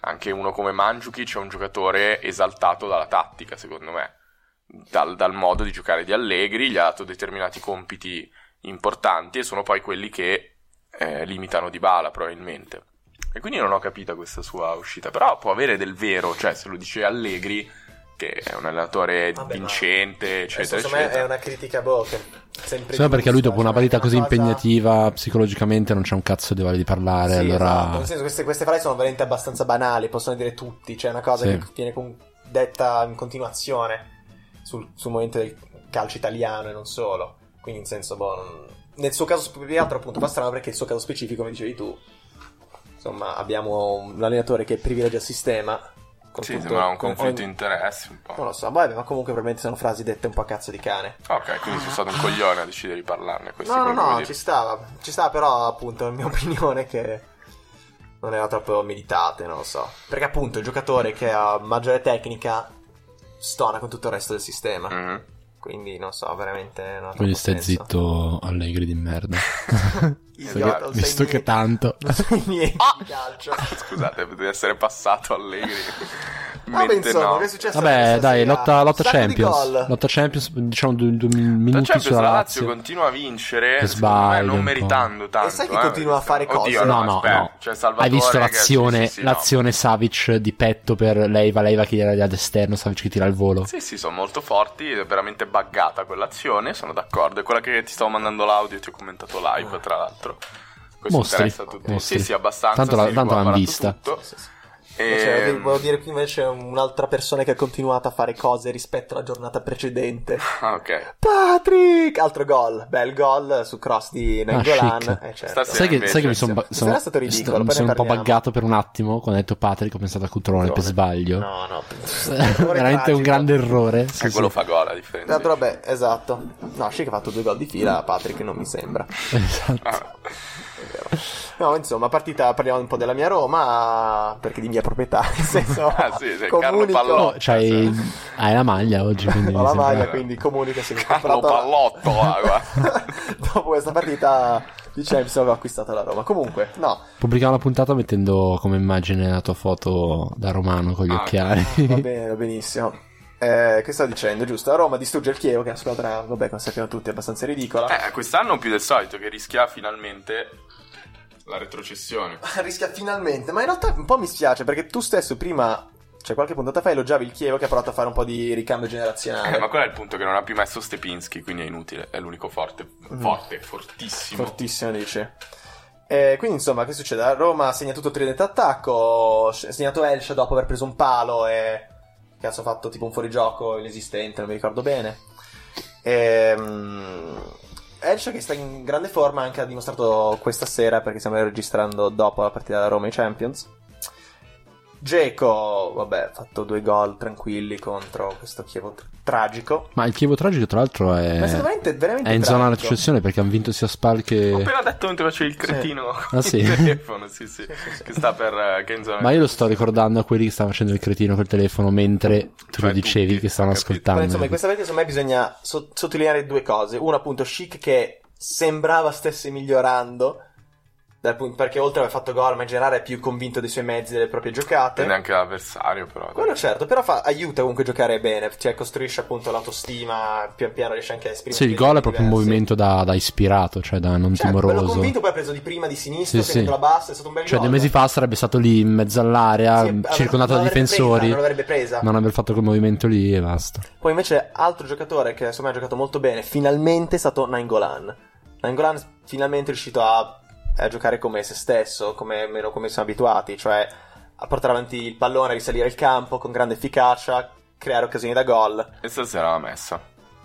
Speaker 2: anche uno come Mandzukic è un giocatore esaltato dalla tattica, secondo me. Dal, dal modo di giocare di Allegri, gli ha dato determinati compiti importanti e sono poi quelli che eh, limitano Dybala probabilmente. E quindi non ho capito questa sua uscita, però può avere del vero, cioè se lo dice Allegri, che è un allenatore
Speaker 3: Vabbè, ma-
Speaker 2: vincente, eccetera,
Speaker 3: Secondo me
Speaker 2: eccetera.
Speaker 3: è una critica boh, che sempre
Speaker 1: Sì, ma perché lui dopo una
Speaker 3: giusta,
Speaker 1: partita
Speaker 3: cioè,
Speaker 1: così
Speaker 3: una cosa-
Speaker 1: impegnativa psicologicamente non c'è un cazzo di voglia di parlare,
Speaker 3: Sì,
Speaker 1: allora...
Speaker 3: esatto. Nel senso, queste, queste frasi sono veramente abbastanza banali, possono dire tutti, cioè è una cosa
Speaker 1: Sì.
Speaker 3: che viene con- detta in continuazione sul, sul momento del calcio italiano e non solo. Quindi, in senso, boh, non- nel suo caso, più che altro, appunto, fa strano perché il suo caso specifico, come dicevi tu, insomma, abbiamo un allenatore che privilegia il sistema. con
Speaker 2: Sì,
Speaker 3: tutto-
Speaker 2: sembra un
Speaker 3: con-
Speaker 2: conflitto di
Speaker 3: ogni-
Speaker 2: interessi un po'.
Speaker 3: Non lo so, vabbè, ma comunque, probabilmente sono frasi dette un po' a cazzo di cane.
Speaker 2: Ok, quindi sono stato un coglione a decidere di parlarne. Questo è
Speaker 3: No, no,
Speaker 2: quello che
Speaker 3: no,
Speaker 2: voglio
Speaker 3: ci
Speaker 2: dire.
Speaker 3: stava. Ci stava, però, appunto, la mia opinione che non era troppo meditate, non lo so. Perché, appunto, il giocatore che ha maggiore tecnica stona con tutto il resto del sistema.
Speaker 2: Mhm.
Speaker 3: Quindi, non so, veramente. Non ha
Speaker 1: Quindi
Speaker 3: troppo
Speaker 1: stai
Speaker 3: senso.
Speaker 1: zitto Allegri di merda.
Speaker 3: Idiota,
Speaker 2: Perché-
Speaker 3: non sai
Speaker 1: Visto che
Speaker 3: niente-
Speaker 1: tanto...
Speaker 3: Esatto, Non sai niente
Speaker 2: Ah!
Speaker 3: di calcio.
Speaker 2: Scusate, potete essere passato Allegri.
Speaker 3: Vabbè,
Speaker 2: Mente
Speaker 3: insomma,
Speaker 2: no.
Speaker 3: che è successo?
Speaker 1: Vabbè,
Speaker 3: questa
Speaker 1: dai,
Speaker 3: sera?
Speaker 1: lotta, lotta
Speaker 3: Un sacco di
Speaker 1: Champions.
Speaker 3: gol.
Speaker 1: Lotta Champions, diciamo, due, due minuti
Speaker 2: La Champions
Speaker 1: sulla
Speaker 2: la
Speaker 1: Lazio.
Speaker 2: Lazio continua a vincere,
Speaker 1: Che
Speaker 2: secondo me,
Speaker 1: sbaglia un
Speaker 2: non
Speaker 1: po'.
Speaker 2: meritando tanto.
Speaker 3: E sai che
Speaker 2: eh,
Speaker 3: continua a fare
Speaker 2: perché- Oddio,
Speaker 3: cose?
Speaker 1: No, no,
Speaker 2: aspetta,
Speaker 1: no.
Speaker 3: cioè,
Speaker 2: c'è Salvatore
Speaker 1: Hai visto
Speaker 2: che- sì,
Speaker 1: l'azione,
Speaker 2: sì, sì, no.
Speaker 1: l'azione Savic di petto per Leiva, Leiva che gliela dà ad esterno, Savic che tira il volo.
Speaker 2: Sì, sì, sono molto forti, è veramente buggata quell'azione, sono d'accordo. È quella che ti stavo mandando l'audio, ti ho commentato live, tra l'altro. Questo
Speaker 1: Mostri.
Speaker 2: interessa a tutti.
Speaker 1: Mostri.
Speaker 2: Sì, sì, abbastanza.
Speaker 1: Tanto la-
Speaker 2: sì,
Speaker 1: tanto
Speaker 2: qua ho
Speaker 1: l'han
Speaker 2: parlato
Speaker 1: vista.
Speaker 2: tutto. Eh, ah,
Speaker 3: Sì, sì.
Speaker 2: E-
Speaker 3: Cioè, volevo dire qui invece un'altra persona che ha continuato a fare cose rispetto alla giornata precedente.
Speaker 2: Ah, ok.
Speaker 3: Patrick! Altro gol, bel gol su cross
Speaker 1: Ah,
Speaker 3: di Nengolan.
Speaker 1: chic.
Speaker 3: Eh, certo.
Speaker 2: Stasera-
Speaker 1: Sai che,
Speaker 2: invece,
Speaker 1: sai che mi sono,
Speaker 2: sì.
Speaker 3: Sarà stato ridicolo, poi
Speaker 1: mi
Speaker 3: ne
Speaker 1: sono un po'
Speaker 3: parliamo.
Speaker 1: buggato per un attimo quando hai detto Patrick ho pensato a Cutrone per sbaglio
Speaker 3: No, no.
Speaker 1: veramente un grande errore sì,
Speaker 2: E quello
Speaker 1: sì.
Speaker 2: fa gol a differenza.
Speaker 3: Tanto vabbè, esatto. No, Schick ha fatto due gol di fila, Patrick non mi sembra.
Speaker 1: Esatto.
Speaker 2: Ah,
Speaker 3: No, insomma, partita, parliamo un po' della mia Roma, perché di mia proprietà, nel senso...
Speaker 2: Ah, sì, sì, Carlo
Speaker 3: comunico-
Speaker 2: Pallò.
Speaker 1: Oh, c'hai hai la maglia oggi quindi
Speaker 3: Ho
Speaker 1: mi
Speaker 3: la
Speaker 1: sembra-
Speaker 3: maglia, quindi comunica se mi ho
Speaker 2: Carlo
Speaker 3: comprato...
Speaker 2: Pallotto, ah, guarda.
Speaker 3: Dopo questa partita di Champions ho acquistato la Roma. Comunque, no,
Speaker 1: Pubblichiamo la puntata mettendo come immagine la tua foto da romano con gli
Speaker 2: Ah,
Speaker 1: occhiali.
Speaker 3: Va bene, va benissimo. Eh, che sto dicendo, giusto? La Roma distrugge il Chievo, che è una squadra, vabbè, come sappiamo tutti, è abbastanza ridicola.
Speaker 2: Eh, quest'anno più del solito che rischia finalmente la retrocessione.
Speaker 3: Eh, Rischia finalmente, ma in realtà un po' mi spiace perché tu stesso prima, cioè qualche puntata fa, elogiavi il Chievo che ha provato a fare un po' di ricambio generazionale.
Speaker 2: Eh, ma quello è il punto che non ha più messo Stepinski, quindi è inutile, è l'unico forte,
Speaker 3: Mm.
Speaker 2: forte, fortissimo.
Speaker 3: Fortissimo, dice. Eh, quindi, insomma, che succede? La Roma segna tutto il tridente attacco. Ha segnato Elsha dopo aver preso un palo e. Cazzo, ha fatto tipo un fuorigioco inesistente, non mi ricordo bene. Ehm. Elsha che sta in grande forma anche ha dimostrato questa sera perché stiamo registrando dopo la partita della Roma ai Champions. Geco, vabbè, ha fatto due gol tranquilli contro questo Chievo tr- tragico.
Speaker 1: Ma il Chievo tragico, tra l'altro, è,
Speaker 3: Ma è stato veramente, veramente
Speaker 1: Eh, è in
Speaker 3: tragico.
Speaker 1: zona retrocessione perché hanno vinto sia Spal
Speaker 2: Ho
Speaker 1: che.
Speaker 2: appena detto mentre facevi il cretino
Speaker 1: Ah, sì?
Speaker 2: il telefono, sì, sì,
Speaker 3: Sì, sì, sì.
Speaker 2: che sta per eh, che in zona-
Speaker 1: Ma io lo sto ricordando a quelli che stavano facendo il cretino col telefono mentre tu
Speaker 2: Cioè,
Speaker 1: lo dicevi
Speaker 2: tutti,
Speaker 1: che stavano
Speaker 2: capito.
Speaker 1: ascoltando.
Speaker 3: Però, insomma, in questa partita, secondo me, bisogna so- sottolineare due cose. Una, appunto, Chic che sembrava stesse migliorando, dal punto- perché oltre ad aver fatto gol, ma in generale è più convinto dei suoi mezzi e delle proprie giocate.
Speaker 2: Dipende anche l'avversario, però.
Speaker 3: Quello certo, però fa- aiuta comunque a giocare bene, cioè costruisce appunto l'autostima, pian piano riesce anche a esprimere.
Speaker 1: Sì, il gol è proprio un
Speaker 3: diversi.
Speaker 1: movimento da, da ispirato, cioè da non
Speaker 3: Certo, quello
Speaker 1: timoroso.
Speaker 3: convinto poi ha preso di prima, di sinistra,
Speaker 1: Sì,
Speaker 3: si è
Speaker 1: sì.
Speaker 3: la bassa, è stato un bel
Speaker 1: Cioè,
Speaker 3: gol.
Speaker 1: dei mesi fa sarebbe stato lì in mezzo all'area,
Speaker 3: Sì, avrebbe-
Speaker 1: circondato
Speaker 3: non
Speaker 1: da
Speaker 3: l'avrebbe
Speaker 1: difensori.
Speaker 3: presa, non l'avrebbe presa.
Speaker 1: Non aver fatto quel movimento lì e basta.
Speaker 3: Poi invece altro giocatore che secondo me ha giocato molto bene, finalmente è stato Nangolan. Nangolan s- finalmente è riuscito a, a giocare come se stesso, come meno come siamo abituati, cioè a portare avanti il pallone, a risalire il campo con grande efficacia, creare occasioni da gol.
Speaker 2: E stasera l'ha messa.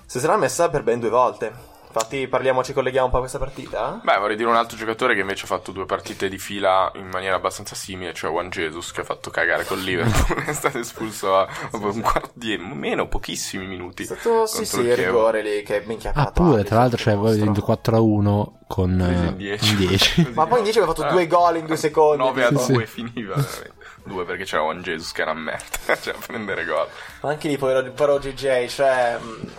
Speaker 3: Se sarà messa per ben due volte. Infatti parliamo, ci colleghiamo un po' a questa partita.
Speaker 2: Beh, vorrei dire un altro giocatore che invece ha fatto due partite di fila in maniera abbastanza simile, cioè Juan Jesus, che ha fatto cagare col Liverpool. è stato espulso a un quarto di meno, pochissimi minuti.
Speaker 3: È stato sì
Speaker 2: contro
Speaker 3: sì
Speaker 2: il
Speaker 3: il
Speaker 2: Chievo.
Speaker 3: rigore lì che minchia ha
Speaker 1: Ah,
Speaker 3: fatto
Speaker 1: pure,
Speaker 3: Alisson,
Speaker 1: tra l'altro,
Speaker 3: che
Speaker 1: cioè, voi
Speaker 3: mostro.
Speaker 1: avete vinto 4 a 1 con
Speaker 2: Presi
Speaker 1: eh,
Speaker 2: in Eh. 10.
Speaker 1: in 10.
Speaker 3: Ma poi in 10 aveva fatto due gol in due secondi.
Speaker 2: 9 Ah. a
Speaker 3: tipo.
Speaker 2: 2 finiva. veramente. Due perché c'era Juan Jesus che era una merda. cioè, a prendere gol.
Speaker 3: Ma anche lì povero, povero GJ, cioè... mh,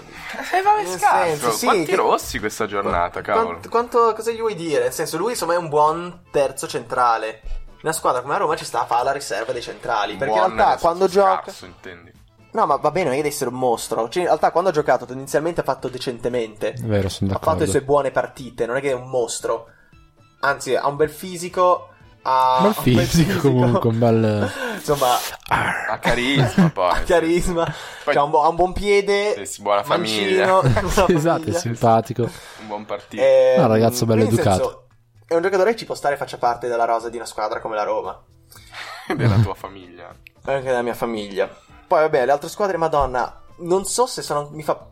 Speaker 2: E va
Speaker 3: Nel senso,
Speaker 2: scarso.
Speaker 3: sì,
Speaker 2: Quanti
Speaker 3: che-
Speaker 2: rossi questa giornata, cavolo.
Speaker 3: Quanto, quanto- cosa gli vuoi dire? Nel senso, lui insomma è un buon terzo centrale. Una squadra come la Roma ci sta a fare la riserva dei centrali. Perché
Speaker 2: Buon
Speaker 3: in realtà
Speaker 2: adesso
Speaker 3: quando gioca.
Speaker 2: scarso, intendi.
Speaker 3: No, ma va bene, non è che deve essere un mostro. Cioè, in realtà quando ha giocato tendenzialmente ha fatto decentemente.
Speaker 1: È vero, sono
Speaker 3: Ha fatto
Speaker 1: d'accordo.
Speaker 3: le sue buone partite, non è che è un mostro. Anzi, ha un bel fisico. Ha
Speaker 1: Bel
Speaker 3: ha un bel
Speaker 1: fisico, comunque, un bel.
Speaker 3: Insomma,
Speaker 1: Ah.
Speaker 2: Ha carisma
Speaker 3: ha
Speaker 2: poi.
Speaker 3: carisma.
Speaker 2: Poi-
Speaker 3: Cioè, ha, un bu- ha un buon piede.
Speaker 2: Sì, sì, buona famiglia.
Speaker 3: mancino, buona
Speaker 1: esatto, è
Speaker 3: famiglia.
Speaker 1: simpatico.
Speaker 2: Un buon partito.
Speaker 3: Eh,
Speaker 1: Ah, ragazzo bello
Speaker 3: quindi, nel
Speaker 1: educato.
Speaker 3: senso, È un giocatore che ci può stare e faccia parte della rosa di una squadra come la Roma.
Speaker 2: Della tua famiglia.
Speaker 3: E Anche della mia famiglia. Poi, vabbè, le altre squadre, madonna. Non so se sono, mi fa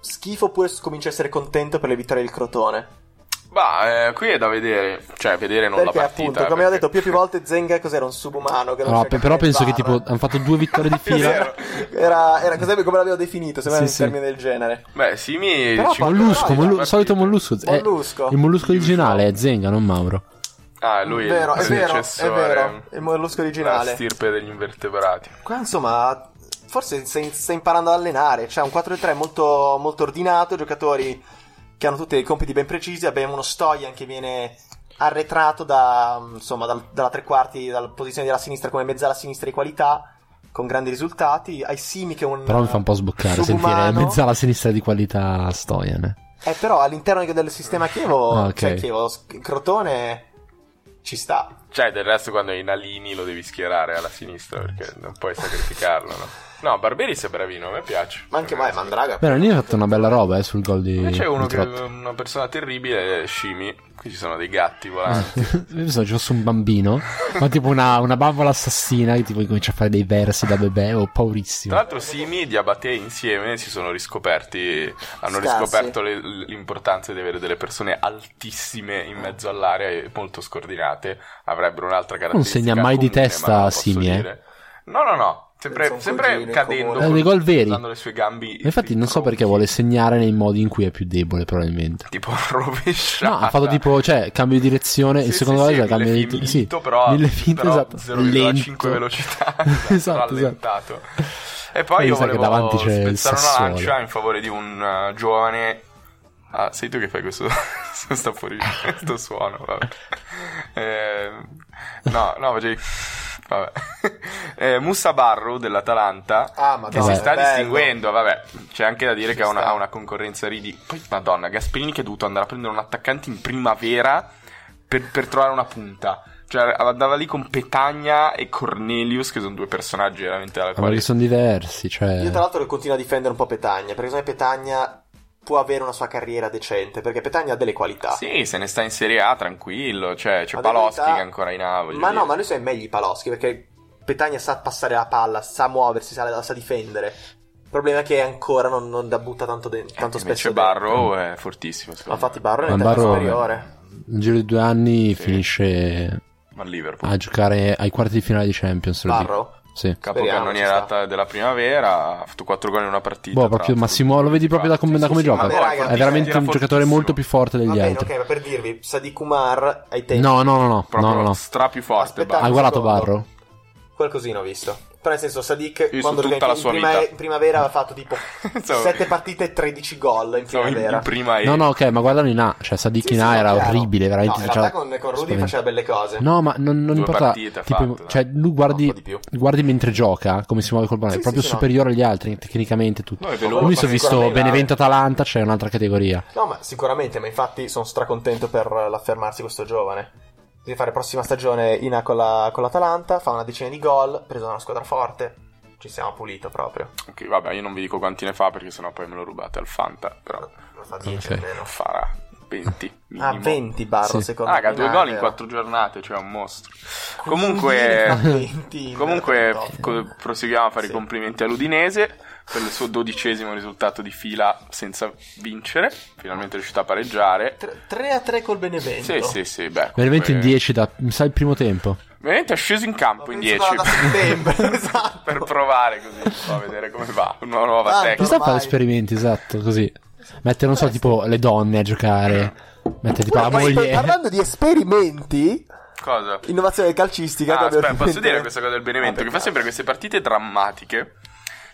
Speaker 3: schifo oppure s- comincio a essere contento per le vittorie del Crotone.
Speaker 2: Bah, eh, qui è da vedere. Cioè, vedere non
Speaker 3: perché,
Speaker 2: la partita. eh,
Speaker 3: appunto, come ho
Speaker 2: perché-
Speaker 3: detto più e più volte, Zenga cos'era un subumano. Che non
Speaker 1: No,
Speaker 3: c'era
Speaker 1: pe- però
Speaker 3: neanche
Speaker 1: penso che
Speaker 3: il
Speaker 1: tipo
Speaker 3: VAR.
Speaker 1: hanno fatto due vittorie di fila.
Speaker 2: Vero.
Speaker 3: Era, era cos'è- come l'abbiamo definito? Sembra
Speaker 1: Sì,
Speaker 3: un
Speaker 1: sì.
Speaker 3: termine del genere.
Speaker 2: Beh, Simi.
Speaker 3: Però
Speaker 2: cinque
Speaker 1: Mollusco,
Speaker 2: gol,
Speaker 3: Dai,
Speaker 1: mollu-
Speaker 2: la
Speaker 1: solito
Speaker 2: partita.
Speaker 1: mollusco. eh,
Speaker 3: Mollusco.
Speaker 1: il mollusco originale è Zenga, non Mauro.
Speaker 2: Ah, lui
Speaker 3: Vero,
Speaker 2: è il
Speaker 3: è vero, è
Speaker 2: predecessore,
Speaker 3: vero. Il mollusco originale.
Speaker 2: La stirpe degli invertebrati.
Speaker 3: Qua insomma, forse stai, stai imparando ad allenare. C'è un 4-3 molto, molto ordinato, giocatori che hanno tutti dei compiti ben precisi. Abbiamo uno Stoian che viene arretrato da, insomma, dal- dalla tre quarti, dalla posizione della sinistra come mezzala sinistra di qualità, con grandi risultati. Ai Simi che è un...
Speaker 1: Però mi fa un po' sboccare
Speaker 3: subumano.
Speaker 1: sentire eh, mezza alla sinistra di qualità Stoian. eh.
Speaker 3: Eh, però all'interno del sistema Chievo,
Speaker 1: Ah, ok.
Speaker 3: cioè Chievo, Sc- Crotone ci sta.
Speaker 2: Cioè, del resto, quando hai Nalini lo devi schierare alla sinistra perché non puoi sacrificarlo, no? No, Barberis è bravino, a me piace.
Speaker 3: Ma anche vai, Mandraga.
Speaker 1: Beh, Nani ha fatto una bella roba eh, sul gol di.
Speaker 2: Poi c'è uno
Speaker 1: di
Speaker 2: che
Speaker 1: Trotta.
Speaker 2: è una persona terribile, Scimi. Qui ci sono dei gatti volanti.
Speaker 1: Io pensavo ci fosse un bambino, ma tipo una, una bambola assassina che tipo comincia a fare dei versi da bebè, ho
Speaker 2: Tra
Speaker 1: paurissimo.
Speaker 2: l'altro, Simi e Diabate insieme si sono riscoperti. Hanno
Speaker 3: Scarsi.
Speaker 2: riscoperto le- l'importanza di avere delle persone altissime in mezzo all'area e molto scordinate. Avrebbero un'altra caratteristica.
Speaker 1: segna mai di
Speaker 2: comune, ma
Speaker 1: testa
Speaker 2: non la posso
Speaker 1: Simi, eh.
Speaker 2: dire. No, no, no.
Speaker 3: Penso
Speaker 2: Sempre,
Speaker 3: un
Speaker 2: sempre
Speaker 3: cugino in
Speaker 2: cadendo.
Speaker 3: comune.
Speaker 1: Eh, dei gol veri.
Speaker 2: Usando le sue gambi.
Speaker 1: Ma Infatti, non so
Speaker 2: tronchi,
Speaker 1: perché vuole segnare nei modi in cui è più debole, probabilmente.
Speaker 2: Tipo rovesciata.
Speaker 1: No, ha fatto tipo, cioè, cambio di direzione,
Speaker 2: Sì,
Speaker 1: il secondo
Speaker 2: sì,
Speaker 1: gol
Speaker 2: sì,
Speaker 1: è cambio
Speaker 2: mille
Speaker 1: di
Speaker 2: fi-
Speaker 1: sì,
Speaker 2: minto, però,
Speaker 1: mille finte,
Speaker 2: però
Speaker 1: esatto,
Speaker 2: 0,5
Speaker 1: lento.
Speaker 2: velocità
Speaker 1: esatto, esatto.
Speaker 2: rallentato e poi
Speaker 1: Poi
Speaker 2: io
Speaker 1: mi sa che
Speaker 2: volevo
Speaker 1: davanti c'è il
Speaker 2: spezzare una
Speaker 1: Sassuolo.
Speaker 2: lancia in favore di un eh, giovane ah sei tu che fai questo sta fuori questo suono vabbè. Eh, no no facevi vabbè eh, Musa Barru dell'Atalanta
Speaker 3: Ah, ma
Speaker 2: che si
Speaker 1: Vabbè.
Speaker 2: sta
Speaker 3: Bello.
Speaker 2: distinguendo, vabbè, c'è anche da dire
Speaker 3: Ci
Speaker 2: che ha una,
Speaker 3: sta.
Speaker 2: ha una concorrenza ridi. Poi, madonna, Gasperini che è dovuto andare a prendere un attaccante in primavera per, per trovare una punta. Cioè, andava lì con Petagna e Cornelius, che sono due personaggi veramente alla
Speaker 1: Ah, Ma
Speaker 2: quale...
Speaker 1: perché sono diversi, cioè.
Speaker 2: Eh.
Speaker 3: Io tra l'altro continuo a difendere un po' Petagna, perché secondo me Petagna può avere una sua carriera decente, perché Petagna ha delle qualità.
Speaker 2: Sì, se ne sta in Serie A, tranquillo. Cioè, c'è
Speaker 3: Ha delle
Speaker 2: Paloschi
Speaker 3: qualità-
Speaker 2: che è ancora in A, voglio
Speaker 3: Ma no,
Speaker 2: dire.
Speaker 3: ma noi siamo meglio i Paloschi, perché Petagna sa passare la palla, sa muoversi, sa, sa difendere. Il problema è che ancora non, non la butta tanto, de- tanto spesso.
Speaker 2: Eh, Invece Barro è fortissimo,
Speaker 3: Ma
Speaker 2: secondo
Speaker 3: infatti
Speaker 2: me.
Speaker 3: Barro è
Speaker 1: Ma
Speaker 3: in età
Speaker 1: Barro-
Speaker 3: superiore.
Speaker 1: Nel giro di due anni
Speaker 2: Sì.
Speaker 1: finisce
Speaker 2: Ma il Liverpool.
Speaker 1: a giocare ai quarti di finale di Champions. lo dico.
Speaker 3: Barro?
Speaker 1: Sì.
Speaker 3: Speriamo,
Speaker 2: Capocannoniera
Speaker 3: ci sta.
Speaker 2: della primavera, ha fatto 4 gol in una partita.
Speaker 1: Boh,
Speaker 2: tra
Speaker 1: proprio
Speaker 2: l'altro.
Speaker 1: Massimo, lo vedi proprio da come, da come
Speaker 2: Sì,
Speaker 1: gioca.
Speaker 2: vabbè, raga,
Speaker 1: è veramente
Speaker 2: tira
Speaker 1: un giocatore
Speaker 2: fortissimo.
Speaker 1: molto più forte
Speaker 3: Va
Speaker 1: degli
Speaker 3: bene,
Speaker 1: altri.
Speaker 3: ok, ma per dirvi, Sadiq Umar ai tempi.
Speaker 1: No, no, no, no, no,
Speaker 2: Proprio
Speaker 1: no, no.
Speaker 2: stra più forte.
Speaker 3: Aspetta-
Speaker 1: Hai
Speaker 2: Barro.
Speaker 1: guardato
Speaker 3: secondo.
Speaker 1: Barro?
Speaker 3: Qualcosina ho visto. Però nel senso, Sadik
Speaker 2: Io
Speaker 3: quando
Speaker 2: su tutta
Speaker 3: organizza-
Speaker 2: la
Speaker 3: in
Speaker 2: sua
Speaker 3: prima-
Speaker 2: vita.
Speaker 3: in primavera aveva fatto tipo
Speaker 2: Insomma,
Speaker 3: 7 partite e 13 gol in
Speaker 2: Siamo in,
Speaker 3: primavera.
Speaker 2: in prima E.
Speaker 1: No, no, ok, ma guardalo in A. Cioè, Sadik
Speaker 3: Sì,
Speaker 1: in
Speaker 3: sì,
Speaker 1: A
Speaker 3: no,
Speaker 1: era
Speaker 3: chiaro.
Speaker 1: orribile, veramente.
Speaker 3: No, in realtà
Speaker 1: faceva-
Speaker 3: con, con Rudy
Speaker 1: spavent-
Speaker 3: faceva belle cose.
Speaker 1: No, ma non, non
Speaker 2: Due
Speaker 1: importa.
Speaker 2: partite ha
Speaker 1: tipo,
Speaker 2: fatto,
Speaker 1: cioè,
Speaker 2: dai.
Speaker 1: lui
Speaker 3: eh. Un
Speaker 1: guardi,
Speaker 3: po' di più.
Speaker 1: guardi mentre gioca come si muove col pallone.
Speaker 3: Sì,
Speaker 1: è proprio
Speaker 3: sì, sì, no.
Speaker 1: superiore agli altri, tecnicamente tutto.
Speaker 2: No, è
Speaker 1: Lui
Speaker 2: veloce,
Speaker 1: mi
Speaker 2: ma
Speaker 1: sono visto
Speaker 2: sicuramente-
Speaker 1: Benevento-Atalanta, c'è un'altra categoria.
Speaker 3: No, ma sicuramente, ma infatti sono stracontento per eh, l'affermarsi questo giovane. Deve fare prossima stagione in A con, la- con l'Atalanta, fa una decina di gol, preso da una squadra forte. Ci siamo pulito proprio.
Speaker 2: Ok, vabbè, io non vi dico quanti ne fa perché sennò poi me lo rubate al Fanta. Però
Speaker 3: Non fa
Speaker 1: Ok.
Speaker 3: 10 almeno.
Speaker 2: farà 20. Minimo.
Speaker 3: Ah, 20 barro
Speaker 1: Sì.
Speaker 3: secondo me.
Speaker 2: Raga, due
Speaker 3: Ah,
Speaker 2: gol in
Speaker 3: vero.
Speaker 2: 4 giornate, cioè un mostro.
Speaker 3: Ah,
Speaker 2: Comunque,
Speaker 3: 20 in
Speaker 2: comunque
Speaker 3: realtà.
Speaker 2: co- proseguiamo a fare
Speaker 3: eh, Sì.
Speaker 2: i complimenti all'Udinese per il suo dodicesimo risultato di fila senza vincere. Finalmente è riuscito a pareggiare.
Speaker 3: 3 a 3 col Benevento.
Speaker 2: Sì, sì, sì. Beh,
Speaker 1: Veramente in
Speaker 2: comunque-
Speaker 1: 10 da, mi sa, il primo tempo.
Speaker 3: Ecco,
Speaker 2: Veramente è sceso in
Speaker 3: Ma
Speaker 2: campo in
Speaker 3: penso
Speaker 2: 10
Speaker 3: da settembre, esatto.
Speaker 2: per provare così, un po' a vedere come va. Una nuova
Speaker 3: Tanto.
Speaker 1: Mi
Speaker 2: tecnica.
Speaker 1: sta a fare
Speaker 3: Ormai. Eh,
Speaker 1: esperimenti, esatto, così. Mette, non so, tipo le donne a giocare. Mette tipo la
Speaker 3: Guarda, ma sper-
Speaker 1: moglie.
Speaker 3: Parlando di esperimenti,
Speaker 2: Cosa?
Speaker 3: innovazione calcistica.
Speaker 2: Ah,
Speaker 3: che abbiamo
Speaker 2: aspetta, posso
Speaker 3: ovviamente-
Speaker 2: dire questa cosa del Benevento?
Speaker 3: Ah,
Speaker 2: che
Speaker 3: per
Speaker 2: fa sempre queste partite drammatiche.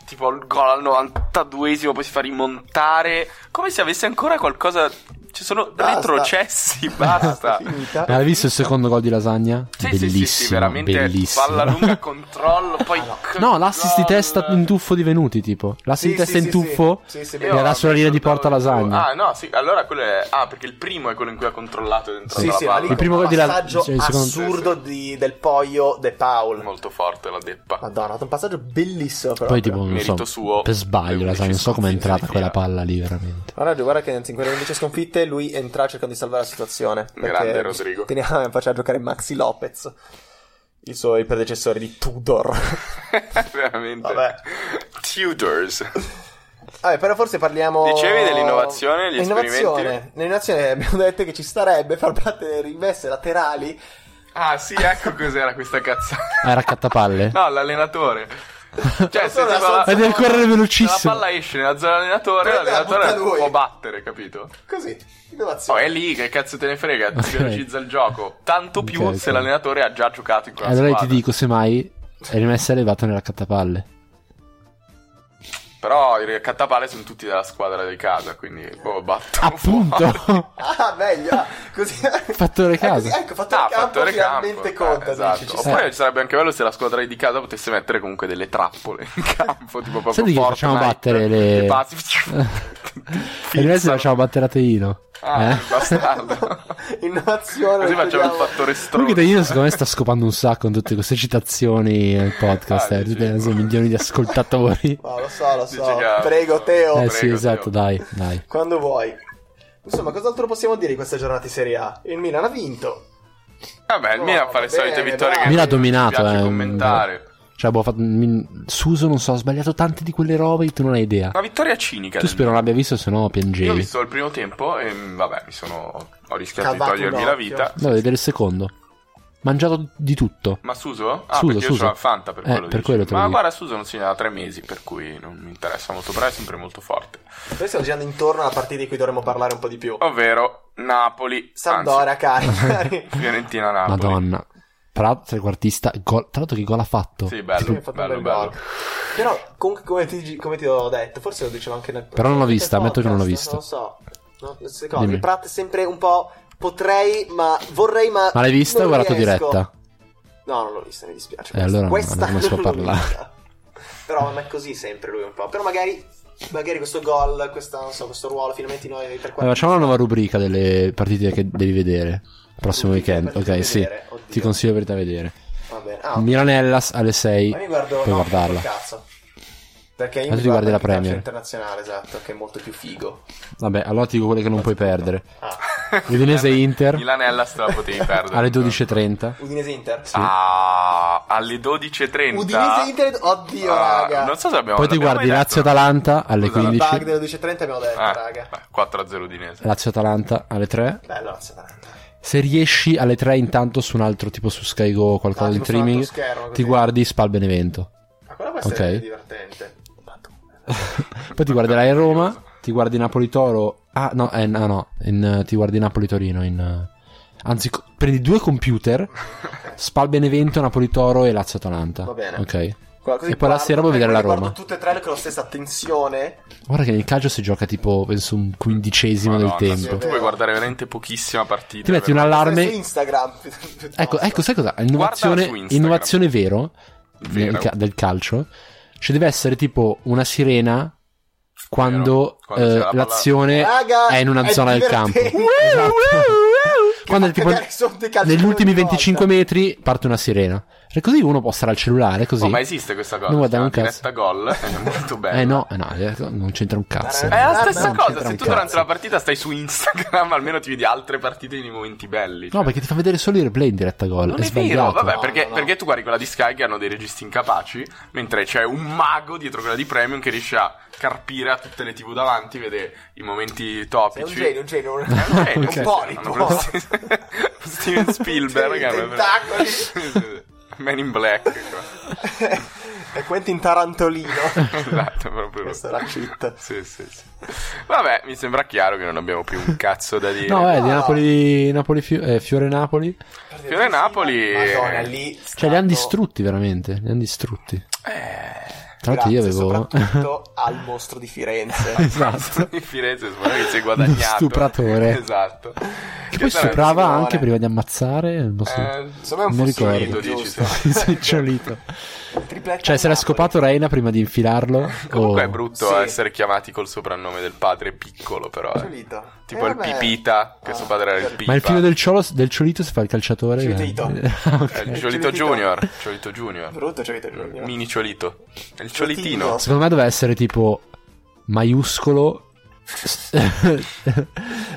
Speaker 2: Tipo il gol al 92esimo, poi si fa rimontare. Come se avesse ancora qualcosa. Ci sono
Speaker 3: Basta.
Speaker 2: retrocessi,
Speaker 3: Basta,
Speaker 2: basta.
Speaker 3: finita.
Speaker 1: Ma Hai visto il secondo gol di lasagna?
Speaker 2: Sì, sì,
Speaker 1: bellissimo,
Speaker 2: sì, sì, veramente
Speaker 1: bellissimo.
Speaker 2: palla lunga, controllo,
Speaker 3: Ah,
Speaker 2: poi...
Speaker 1: No, l'assist di
Speaker 2: gol.
Speaker 1: testa in tuffo di Venuti, tipo. L'assist di
Speaker 3: Sì,
Speaker 1: testa
Speaker 3: sì,
Speaker 1: in
Speaker 3: sì,
Speaker 1: tuffo
Speaker 3: sì. Sì, sì,
Speaker 2: Io
Speaker 1: era sulla
Speaker 2: mi
Speaker 1: linea di
Speaker 2: ricordavo
Speaker 1: porta lasagna.
Speaker 2: Ah, no, sì, allora quello è... Ah, perché il primo è quello in cui ha controllato dentro
Speaker 3: Sì,
Speaker 2: la
Speaker 3: sì, ma
Speaker 2: palla.
Speaker 3: lì
Speaker 1: Il primo
Speaker 3: un
Speaker 1: gol di la-
Speaker 3: passaggio
Speaker 1: cioè, il secondo-
Speaker 3: assurdo di- del Poio De Paul.
Speaker 2: Molto forte la deppa.
Speaker 3: Madonna, ha fatto un passaggio bellissimo però.
Speaker 1: Poi, tipo, non
Speaker 2: merito
Speaker 1: so,
Speaker 2: suo.
Speaker 1: per sbaglio,
Speaker 2: Le
Speaker 1: la non so com'è
Speaker 2: 11
Speaker 1: entrata
Speaker 2: sconfitte
Speaker 1: quella
Speaker 2: di fila.
Speaker 1: palla lì, veramente.
Speaker 3: Ha ragione, guarda che anzi, in quelle 11 sconfitte lui entra cercando di salvare la situazione. perché
Speaker 2: Grande Rodrigo.
Speaker 3: Teniamo, faceva giocare Maxi Lopez, il suo il predecessore di Tudor.
Speaker 2: Veramente.
Speaker 3: Vabbè.
Speaker 2: Tutors.
Speaker 3: Vabbè, però forse parliamo.
Speaker 2: Dicevi dell'innovazione, gli
Speaker 3: L'innovazione.
Speaker 2: esperimenti?
Speaker 3: L'innovazione abbiamo detto che ci starebbe far battere rimesse laterali.
Speaker 2: Ah, sì, ecco cos'era questa cazzata.
Speaker 1: Ah, era cattapalle?
Speaker 2: No, l'allenatore. Cioè, se
Speaker 3: Solo la
Speaker 1: Ma
Speaker 2: tipo la,
Speaker 3: sua zona-
Speaker 2: se
Speaker 1: deve correre
Speaker 2: la
Speaker 1: velocissimo.
Speaker 2: palla esce nella zona allenatore,
Speaker 3: Prende la
Speaker 2: l'allenatore
Speaker 3: butta lui.
Speaker 2: può battere, capito?
Speaker 3: Così,
Speaker 2: Oh,
Speaker 3: innovazione.
Speaker 2: è lì, che cazzo te ne frega,
Speaker 1: Ok.
Speaker 2: ti velocizza il gioco. Tanto più
Speaker 1: Ok,
Speaker 2: se
Speaker 1: ok.
Speaker 2: l'allenatore ha già giocato in quella
Speaker 1: Allora io ti
Speaker 2: squadra.
Speaker 1: dico, semmai, è rimessa elevata nella cattapalle.
Speaker 2: Però i cattapale sono tutti della squadra di casa, quindi boh, batto.
Speaker 1: Appunto!
Speaker 3: Ah, meglio. ah, Così.
Speaker 1: Fattore
Speaker 3: Eh,
Speaker 1: casa.
Speaker 3: così, ecco, fattore
Speaker 2: Ah,
Speaker 3: campo
Speaker 2: fattore campo.
Speaker 3: finalmente
Speaker 2: eh,
Speaker 3: conta.
Speaker 2: esatto.
Speaker 3: dici, ci sta.
Speaker 2: Oppure sarebbe anche bello se la squadra di casa potesse mettere comunque delle trappole in campo, tipo proprio
Speaker 1: Senti che
Speaker 2: Fortnite,
Speaker 1: facciamo battere le-
Speaker 2: i passi.
Speaker 1: E noi se facciamo battere a Teino.
Speaker 2: Ah,
Speaker 1: eh?
Speaker 2: bastardo.
Speaker 3: Innovazione.
Speaker 2: Così facciamo il
Speaker 3: vediamo.
Speaker 2: fattore stronzo.
Speaker 1: Comunque Teino secondo me sta scopando un sacco con tutte queste citazioni nel podcast,
Speaker 2: Ah,
Speaker 1: eh,
Speaker 2: dici?
Speaker 1: tutte le sue milioni di ascoltatori.
Speaker 3: Ma lo so, lo so.
Speaker 2: Dici che-
Speaker 3: Prego, Teo.
Speaker 1: eh sì,
Speaker 2: prego,
Speaker 1: esatto,
Speaker 2: Teo.
Speaker 1: dai, dai.
Speaker 3: Quando vuoi. Insomma, cos'altro possiamo dire di questa giornata di Serie A? Il Milan ha vinto.
Speaker 2: Vabbè, il
Speaker 3: No,
Speaker 2: Milan fa
Speaker 3: va
Speaker 2: le solite
Speaker 3: Oh, bene,
Speaker 2: vittorie
Speaker 3: dai.
Speaker 2: che
Speaker 1: Milan ha
Speaker 2: mi- mi
Speaker 1: dominato,
Speaker 2: piace
Speaker 1: eh,
Speaker 2: commentare.
Speaker 1: Cioè, boh, ho fatto- mi- Suso, non so, ho sbagliato tante di quelle robe che tu non hai idea.
Speaker 2: Una vittoria cinica.
Speaker 1: Tu
Speaker 2: del
Speaker 1: spero non l'abbia visto, se no piangevi.
Speaker 2: Io ho visto il primo tempo e mh, vabbè, mi sono. Ho rischiato
Speaker 3: Cavato
Speaker 2: di togliermi
Speaker 3: un
Speaker 2: la
Speaker 3: occhio.
Speaker 2: vita.
Speaker 1: Devo vedere il secondo. Mangiato di tutto.
Speaker 2: Ma Suso? Ah,
Speaker 1: Suso,
Speaker 2: perché io
Speaker 1: Suso.
Speaker 2: sono al Fanta per
Speaker 1: Eh,
Speaker 2: quello.
Speaker 1: per
Speaker 2: dici.
Speaker 1: quello te lo
Speaker 2: Ma
Speaker 1: dico.
Speaker 2: guarda, Suso non si ne da tre mesi, per cui non mi interessa molto. Però è sempre molto forte.
Speaker 3: Noi stiamo girando intorno alla partita di cui dovremmo parlare un po' di più.
Speaker 2: Oh, Ovvero Napoli.
Speaker 3: Sampdoria, Cagliari.
Speaker 2: anzi, Fiorentina Napoli.
Speaker 1: Madonna. Tra trequartista, gol- tra l'altro che gol ha fatto?
Speaker 2: Sì,
Speaker 3: Sì,
Speaker 2: bello.
Speaker 3: ha fatto un
Speaker 2: bello,
Speaker 3: bel gol.
Speaker 2: bello.
Speaker 3: Però, comunque, come ti, come ti ho detto, forse lo dicevo anche nel
Speaker 1: Però non l'ho
Speaker 3: nel
Speaker 1: vista, ammetto che non l'ho
Speaker 3: podcast,
Speaker 1: vista.
Speaker 3: Non lo so. No, queste cose.
Speaker 1: Dimmi.
Speaker 3: Pratt è sempre un po'. Potrei, ma vorrei, ma.
Speaker 1: Ma l'hai vista o
Speaker 3: non
Speaker 1: hai guardato
Speaker 3: riesco.
Speaker 1: diretta?
Speaker 3: No, non l'ho vista, mi dispiace.
Speaker 1: Eh, allora non-
Speaker 3: Questa
Speaker 1: non si può
Speaker 3: l'ho
Speaker 1: parlare.
Speaker 3: vista. Però non è così sempre lui un po'. Però magari, magari questo gol, questa, non so, questo ruolo finalmente noi per
Speaker 1: Vabbè, facciamo una nuova rubrica delle partite che devi vedere. Prossimo weekend, ok, sì. Ti consiglio per te a vedere.
Speaker 3: Va bene. Ah,
Speaker 1: Milanellas alle 6.
Speaker 3: ma mi guardo
Speaker 1: Puoi
Speaker 3: no,
Speaker 1: guardarla.
Speaker 3: col cazzo. Perché io
Speaker 1: Ma
Speaker 3: mi
Speaker 1: tu ti guardi
Speaker 3: guardo
Speaker 1: la
Speaker 3: il calcio
Speaker 1: Premier.
Speaker 3: internazionale, esatto, che è molto più figo.
Speaker 1: Vabbè, allora ti dico quelle che non puoi perdere.
Speaker 3: Ah,
Speaker 1: Udinese Inter
Speaker 2: Milanella se la potevi perdere.
Speaker 1: alle 12.30.
Speaker 3: Udinese Inter.
Speaker 2: Ah, alle 12.30.
Speaker 3: Udinese Inter, oddio,
Speaker 2: Ah,
Speaker 3: raga.
Speaker 2: Non so se abbiamo
Speaker 1: Poi ti
Speaker 2: l'abbiamo
Speaker 1: guardi
Speaker 2: mai detto?
Speaker 1: Lazio-Atalanta alle
Speaker 2: Scusa, la
Speaker 3: Il bug
Speaker 1: 15.
Speaker 3: delle 12.30 abbiamo detto,
Speaker 2: Ah,
Speaker 3: Eh, raga.
Speaker 2: beh, 4-0 Udinese.
Speaker 1: Lazio-Atalanta alle 3.
Speaker 3: Bello, Atalanta.
Speaker 1: Se riesci alle 3 intanto su un altro tipo su Sky Go o qualcosa
Speaker 3: Ah,
Speaker 1: in
Speaker 3: tipo su un altro
Speaker 1: streaming,
Speaker 3: schermo, così.
Speaker 1: ti guardi Spal Benevento.
Speaker 3: Ma quella può essere
Speaker 1: Ok.
Speaker 3: divertente.
Speaker 1: Poi ti guarderai a Roma, ti guardi Napoli Toro. Ah, no, eh, no, no, in, eh, ti guardi Napoli Torino. In, eh, anzi, co- prendi due computer, Spal Benevento, Napoli Toro e Lazio Atalanta.
Speaker 3: Va bene.
Speaker 1: Ok.
Speaker 3: Qua- così
Speaker 1: E poi la
Speaker 3: guardo,
Speaker 1: sera puoi
Speaker 3: e
Speaker 1: vedere la
Speaker 3: guardo
Speaker 1: Roma.
Speaker 3: tutte e tre con la stessa attenzione.
Speaker 1: Guarda che nel calcio si gioca tipo, penso, un quindicesimo
Speaker 2: Madonna,
Speaker 1: del
Speaker 2: sì,
Speaker 1: tempo.
Speaker 2: Tu puoi guardare veramente pochissima partita.
Speaker 1: Ti metti un
Speaker 2: veramente.
Speaker 1: allarme.
Speaker 3: Su Instagram. pi- piuttosto.
Speaker 1: Ecco, ecco, sai cosa?
Speaker 2: Guardala
Speaker 1: Innovazione,
Speaker 2: su Instagram.
Speaker 1: innovazione vero,
Speaker 2: Vero.
Speaker 1: Del, ca- del calcio. Ci deve essere tipo una sirena quando,
Speaker 2: Quando
Speaker 1: eh,
Speaker 2: c'è la palla.
Speaker 1: l'azione
Speaker 3: Raga,
Speaker 1: è in una
Speaker 3: è
Speaker 1: zona del campo.
Speaker 3: divertente.
Speaker 1: Esatto. Quando
Speaker 3: fa
Speaker 1: tipo
Speaker 3: cagare sotto i calciatori
Speaker 1: negli ultimi
Speaker 3: ogni volta.
Speaker 1: 25 metri parte una sirena. E così uno può stare al cellulare, così.
Speaker 2: Oh, ma esiste questa cosa?
Speaker 1: Non guarda
Speaker 2: si
Speaker 1: un
Speaker 2: chiama
Speaker 1: cazzo.
Speaker 2: diretta gol. È molto bella.
Speaker 1: eh no, eh, no, eh, non c'entra un cazzo.
Speaker 3: Eh,
Speaker 2: È la
Speaker 3: Guarda,
Speaker 2: stessa
Speaker 3: non
Speaker 2: cosa,
Speaker 1: c'entra
Speaker 2: se
Speaker 1: un
Speaker 2: tu durante
Speaker 1: cazzo.
Speaker 2: la partita stai su Instagram, almeno ti vedi altre partite nei momenti belli.
Speaker 1: No, perché ti fa vedere solo i replay in diretta gol.
Speaker 2: Non
Speaker 1: è,
Speaker 2: è, vero,
Speaker 1: sbagliato.
Speaker 2: vabbè,
Speaker 3: No,
Speaker 2: perché,
Speaker 3: no, no.
Speaker 2: perché tu guardi quella di Sky che hanno dei registi incapaci, mentre c'è un mago dietro quella di Premium che riesce a carpire a tutte le TV davanti, vede i momenti
Speaker 3: Sei
Speaker 2: topici.
Speaker 3: un genio, un genio. Un,
Speaker 2: È un genio,
Speaker 1: Ok.
Speaker 2: un
Speaker 3: polipo.
Speaker 2: polipo. Steven Spielberg,
Speaker 3: Sì,
Speaker 2: che è-
Speaker 3: tentacoli.
Speaker 2: Sì, sì. Man in Black. cioè. qua.
Speaker 3: e Quentin Tarantolino.
Speaker 2: Esatto, proprio.
Speaker 3: Questa è la cheat.
Speaker 2: Sì, sì, sì. Vabbè, mi sembra chiaro che non abbiamo più un cazzo da dire.
Speaker 1: No, eh, di
Speaker 3: No.
Speaker 1: Napoli, Napoli Fiu- eh, Fiore Napoli.
Speaker 2: Fiore Napoli.
Speaker 3: Madonna,
Speaker 1: Cioè,
Speaker 2: Esatto.
Speaker 3: lì.
Speaker 1: li hanno
Speaker 3: stanno-
Speaker 1: distrutti veramente. Li hanno distrutti.
Speaker 2: Eh,
Speaker 1: Tra l'altro,
Speaker 3: Grazie
Speaker 1: io avevo.
Speaker 3: soprattutto al mostro di Firenze.
Speaker 1: esatto.
Speaker 2: di Firenze sembra che eh. si è guadagnato.
Speaker 1: Uno stupratore.
Speaker 2: Esatto.
Speaker 1: Che poi
Speaker 2: sarebbe-
Speaker 1: stuprava
Speaker 3: signore.
Speaker 1: anche prima di ammazzare il nostro.
Speaker 2: Eh,
Speaker 3: Secondo me è
Speaker 1: Non
Speaker 3: un
Speaker 1: ricordo.
Speaker 3: fossilito,
Speaker 2: dici,
Speaker 3: giusto?
Speaker 1: Sì, sì, ciolito.
Speaker 3: Tripletta
Speaker 1: Cioè, se l'ha
Speaker 3: Napoli.
Speaker 1: scopato Reina prima di infilarlo. oh.
Speaker 2: Comunque
Speaker 1: o-
Speaker 2: è brutto
Speaker 3: Sì.
Speaker 2: essere chiamati col soprannome del padre piccolo, però. eh.
Speaker 3: Ciolito.
Speaker 2: Tipo
Speaker 3: Eh,
Speaker 2: il
Speaker 3: vabbè.
Speaker 2: Pipita, che
Speaker 3: Ah,
Speaker 2: suo padre era il
Speaker 1: Ma
Speaker 2: Pipa.
Speaker 1: il figlio del, ciolo, del ciolito si fa il calciatore.
Speaker 3: Ciolito.
Speaker 1: Ah, ok.
Speaker 2: Eh, il
Speaker 3: Ciolito.
Speaker 2: Ciolito Junior. Ciolito Junior.
Speaker 3: Brutto Ciolito Junior.
Speaker 2: Mini Ciolito. Il
Speaker 3: Ciolitino.
Speaker 2: Ciolitino.
Speaker 1: Secondo me doveva essere tipo maiuscolo. s-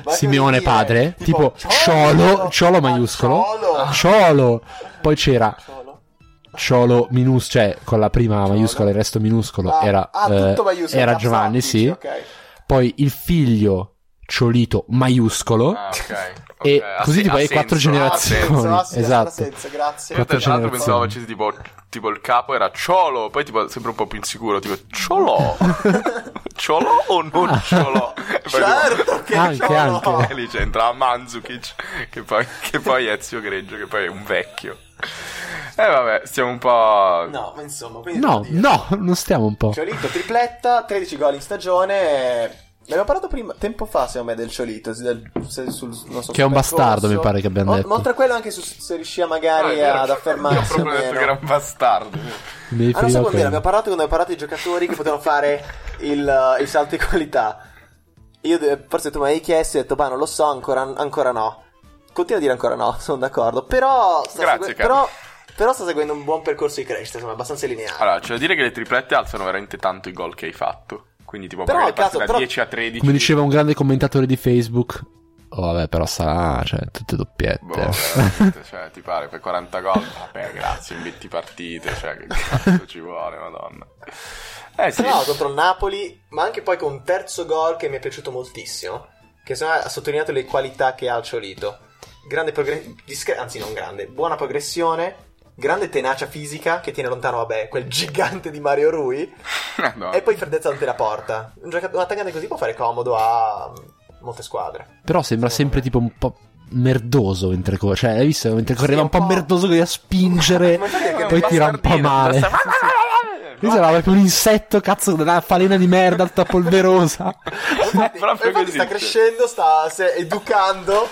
Speaker 1: Simeone
Speaker 3: dire?
Speaker 1: padre,
Speaker 3: Tipo,
Speaker 1: tipo,
Speaker 3: Ciolo.
Speaker 1: Ciolo, Ciolo
Speaker 3: Ah,
Speaker 1: maiuscolo,
Speaker 3: Ciolo.
Speaker 1: Ciolo, poi c'era
Speaker 3: Solo.
Speaker 1: Ciolo minus, cioè con la prima maiuscola e il resto minuscolo
Speaker 3: Ah,
Speaker 1: era,
Speaker 3: ah,
Speaker 1: eh,
Speaker 3: tutto maiuscolo,
Speaker 1: era
Speaker 3: Capsat,
Speaker 1: Giovanni,
Speaker 3: dici,
Speaker 1: sì.
Speaker 3: ok.
Speaker 1: Poi il figlio Ciolito maiuscolo.
Speaker 2: Ah, ok. ok.
Speaker 1: E
Speaker 2: Ha
Speaker 1: così
Speaker 2: sen-
Speaker 1: tipo
Speaker 2: ha
Speaker 1: hai quattro
Speaker 2: senso, ha
Speaker 1: generazioni.
Speaker 2: senso.
Speaker 3: Senza, ah, sì,
Speaker 1: Esatto.
Speaker 3: senza, grazie.
Speaker 2: Io
Speaker 1: Quattro
Speaker 2: tra l'altro
Speaker 1: generazioni.
Speaker 2: pensavo facessi tipo, tipo il capo era Ciolo, poi tipo sempre un po' più insicuro, tipo Ciolo. ciolo o
Speaker 1: Ah.
Speaker 2: non Ciolo? E poi tipo-
Speaker 3: Certo che
Speaker 1: Anche,
Speaker 3: Ciolo.
Speaker 1: anche.
Speaker 2: E lì c'entra Manzukic, che poi, che poi è Ezio Greggio, che poi è un vecchio. E vabbè, stiamo un po'...
Speaker 3: No, ma insomma, quindi devo
Speaker 1: No,
Speaker 3: dire.
Speaker 1: no, non stiamo un po'.
Speaker 3: Ciolito tripletta, 13 gol in stagione. Ne abbiamo parlato prima, tempo fa, secondo me, del Ciolito. se- del- se- sul nostro
Speaker 1: Che è un
Speaker 3: percorso.
Speaker 1: bastardo, mi pare che abbiamo
Speaker 3: O-
Speaker 1: detto.
Speaker 3: Ma oltre a quello, anche su- se riusciva
Speaker 2: Ah, è
Speaker 3: magari
Speaker 2: vero,
Speaker 3: ad
Speaker 2: Io ho
Speaker 3: affermarsi. o
Speaker 2: proprio detto
Speaker 3: meno.
Speaker 2: che era un bastardo.
Speaker 1: Mi
Speaker 3: Ah, non
Speaker 1: riferivo
Speaker 3: so
Speaker 1: a
Speaker 3: come
Speaker 1: quello.
Speaker 3: eh, abbiamo parlato quando abbiamo parlato di giocatori che potevano fare il, il salto di qualità. Io de- forse tu mi hai chiesto e ho detto, bah, non lo so, ancora, ancora no. Continua a dire ancora no, sono d'accordo. Però sta,
Speaker 2: Grazie,
Speaker 3: segu-
Speaker 2: caro.
Speaker 3: però, però sta seguendo un buon percorso di crescita, insomma, abbastanza lineare.
Speaker 2: Allora, c'è da dire che le triplette alzano veramente tanto i gol che hai fatto. Quindi, tipo,
Speaker 3: Però,
Speaker 2: magari passi
Speaker 3: cazzo,
Speaker 2: da
Speaker 3: però-
Speaker 2: 10 a 13.
Speaker 1: Come diceva un grande commentatore di Facebook. Oh, vabbè, però sarà, cioè, tutte doppiette.
Speaker 2: Boh, veramente, cioè, ti pare per 40 gol? Vabbè, grazie, in 20 partite, cioè, che cazzo ci vuole, madonna. Eh sì,
Speaker 3: Tra l'altro contro il Napoli, ma anche poi con un terzo gol che mi è piaciuto moltissimo, che secondo me ha sottolineato le qualità che ha il Ciolito. Grande progressione, anzi non grande, buona progressione, grande tenacia fisica che tiene lontano, vabbè, quel gigante di Mario Rui,
Speaker 2: madonna.
Speaker 3: e poi freddezza davanti la porta. Un, gioca- un attaccante così può fare comodo a mm, molte squadre.
Speaker 1: Però sembra sempre tipo un po' merdoso mentre corre. Cioè, hai visto? Mentre correva
Speaker 3: un
Speaker 1: un po'
Speaker 3: po'.
Speaker 1: merdoso così a spingere.
Speaker 3: Ma sai che
Speaker 1: poi tira un po' male.
Speaker 2: Eh, Basta-
Speaker 1: Lui sembrava proprio un insetto, cazzo, una falena di merda tutta polverosa.
Speaker 3: Infatti,
Speaker 2: Proprio
Speaker 3: infatti
Speaker 2: così,
Speaker 3: sta
Speaker 2: sì.
Speaker 3: crescendo, sta se- educando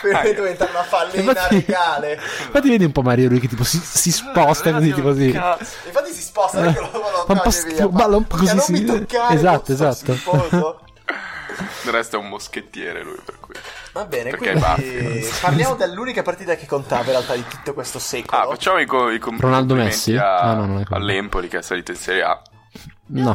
Speaker 3: per
Speaker 2: Ah,
Speaker 3: diventare una fallina regale.
Speaker 1: infatti vedi un po' Mario lui che tipo si, si sposta così, tipo così.
Speaker 2: Cazzo.
Speaker 3: Infatti si sposta,
Speaker 2: Eh,
Speaker 3: non è che lo lo
Speaker 1: Fa un po'
Speaker 3: toglie
Speaker 1: schifo,
Speaker 3: via, fa-
Speaker 1: balla un po'
Speaker 3: "Minchia,
Speaker 1: così,
Speaker 3: non
Speaker 1: sì.
Speaker 3: mi toccare,
Speaker 1: Esatto,
Speaker 3: sto
Speaker 1: esatto.
Speaker 3: schifoso".
Speaker 2: Del resto è un moschettiere lui, per cui.
Speaker 3: Va bene,
Speaker 2: Perché
Speaker 3: quindi
Speaker 2: basta.
Speaker 3: parliamo dell'unica partita che contava in realtà di tutto questo secolo.
Speaker 2: Ah, facciamo i, co- i com-
Speaker 1: Ronaldo
Speaker 2: complimenti
Speaker 1: Messi?
Speaker 2: a-
Speaker 1: Ah, no, non è quello.
Speaker 2: all'Empoli che è salito in Serie A.
Speaker 1: No,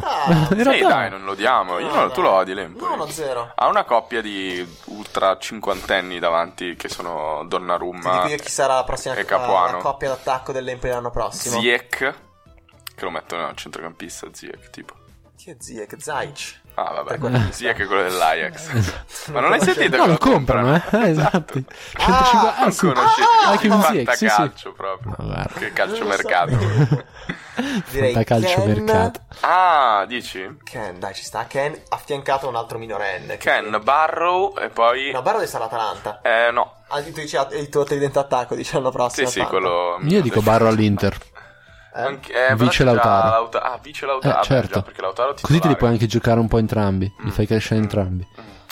Speaker 3: realtà-
Speaker 1: in
Speaker 2: Sì,
Speaker 1: realtà
Speaker 2: dai, non lo odiamo. Io non- tu lo odi l'Empoli.
Speaker 3: Ah, No, no, zero.
Speaker 2: Ha una coppia di ultra cinquantenni davanti che sono
Speaker 3: Ti dico
Speaker 2: Donnarumma,
Speaker 3: io chi sarà la prossima
Speaker 2: e
Speaker 3: la,
Speaker 2: Capuano.
Speaker 3: la coppia d'attacco dell'Empoli l'anno prossimo.
Speaker 2: Ziek, che lo mettono a centrocampista, Ziek tipo.
Speaker 3: Chi è Ziek? Zaic.
Speaker 2: Ah, vabbè,
Speaker 1: Ecco.
Speaker 3: Trequartista.
Speaker 2: Ziek è quello dell'Ajax. Ma non l'hai sentito?
Speaker 1: No,
Speaker 2: che
Speaker 1: lo comprano, eh. Esatto. 150
Speaker 2: Non
Speaker 1: ah, sì.
Speaker 2: conoscete
Speaker 3: Ah,
Speaker 1: anche un Ziyech,
Speaker 2: Fanta
Speaker 1: sì, sì.
Speaker 2: calcio proprio.
Speaker 1: Ma guarda.
Speaker 2: Che
Speaker 3: Non lo
Speaker 2: calciomercato.
Speaker 3: Direi
Speaker 1: Da calcio
Speaker 3: Ken-
Speaker 1: mercato.
Speaker 2: ah, dici?
Speaker 3: Ken, dai, ci sta. Ken affiancato a un altro minorenne.
Speaker 2: Ken, Barrow e poi...
Speaker 3: No, Barro sarà l'Atalanta.
Speaker 2: Eh, no.
Speaker 3: Ah, tu dici ah, il tuo tridente attacco, dice l'anno
Speaker 2: Sì,
Speaker 3: prossimo.
Speaker 2: sì,
Speaker 3: tanto.
Speaker 2: quello...
Speaker 1: Io dico Barro all'Inter.
Speaker 3: Eh?
Speaker 2: Anche,
Speaker 1: Vice
Speaker 2: eh, però c'era
Speaker 1: Lautaro.
Speaker 2: Lauta- Ah, vice Lautaro.
Speaker 1: Eh,
Speaker 2: beh,
Speaker 1: certo.
Speaker 2: già, perché Lautaro
Speaker 1: Così te li
Speaker 2: titolare. Mm.
Speaker 1: puoi anche giocare un po' entrambi. Li fai crescere entrambi.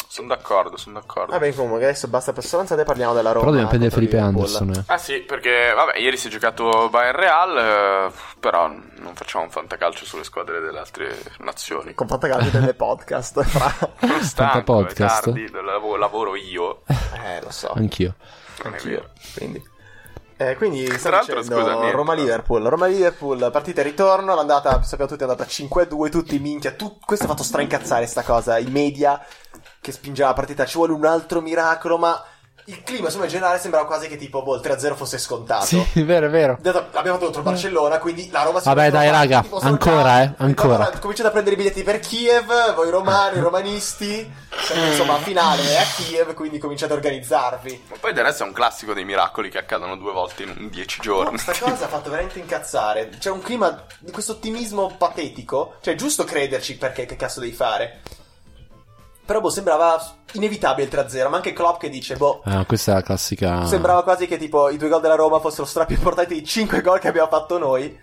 Speaker 2: Sono d'accordo, sono d'accordo.
Speaker 3: Vabbè, comunque, adesso basta per sostanza e parliamo della Roma.
Speaker 1: Però dobbiamo prendere
Speaker 3: contro
Speaker 1: Felipe
Speaker 3: Liverpool.
Speaker 1: Anderson. eh.
Speaker 2: Ah sì, perché vabbè, ieri si è giocato Bayern Real, eh, però non facciamo un fantacalcio sulle squadre delle altre nazioni.
Speaker 3: Con Fantacalcio delle podcast. fra.
Speaker 2: Sono stanco,
Speaker 1: Fantapodcast.
Speaker 2: è tardi, lavoro, lavoro io,
Speaker 3: eh, lo so.
Speaker 1: Anch'io.
Speaker 2: non è vero.
Speaker 3: Quindi, eh, quindi
Speaker 2: Tra
Speaker 3: stavo
Speaker 2: l'altro,
Speaker 3: dicendo
Speaker 2: scusa, niente.
Speaker 3: Roma-Liverpool. Roma-Liverpool, partita e ritorno. L'andata, sappiamo tutti, è andata 5-2. Tutti minchia. tu- questo ha fatto straincazzare sta cosa. I media che spingeva la partita. Ci vuole un altro miracolo, ma il clima, insomma, in generale sembrava quasi che tipo boh, il 3-0 fosse scontato.
Speaker 1: Sì, è vero, è vero.
Speaker 3: Dato- Abbiamo fatto contro il Barcellona, quindi la Roma si
Speaker 1: Vabbè,
Speaker 3: può
Speaker 1: dai,
Speaker 3: trovare,
Speaker 1: raga,
Speaker 3: tipo, sono
Speaker 1: ancora,
Speaker 3: già-
Speaker 1: eh, ancora.
Speaker 3: Roma- Cominciate a prendere i biglietti per Kiev, voi romani, romanisti. Sempre, insomma, finale è a Kiev, quindi cominciate a organizzarvi.
Speaker 2: Ma poi del resto è un classico dei miracoli che accadono due volte in dieci giorni.
Speaker 3: Questa cosa ha fatto veramente incazzare. C'è un clima di questo ottimismo patetico. Cioè, è giusto crederci perché che cazzo devi fare. Però, boh, sembrava inevitabile il 3-0. Ma anche Klopp che dice, boh.
Speaker 1: Ah, questa è la classica.
Speaker 3: Sembrava quasi che tipo i due gol della Roma fossero stra più importanti dei 5 gol che abbiamo fatto noi.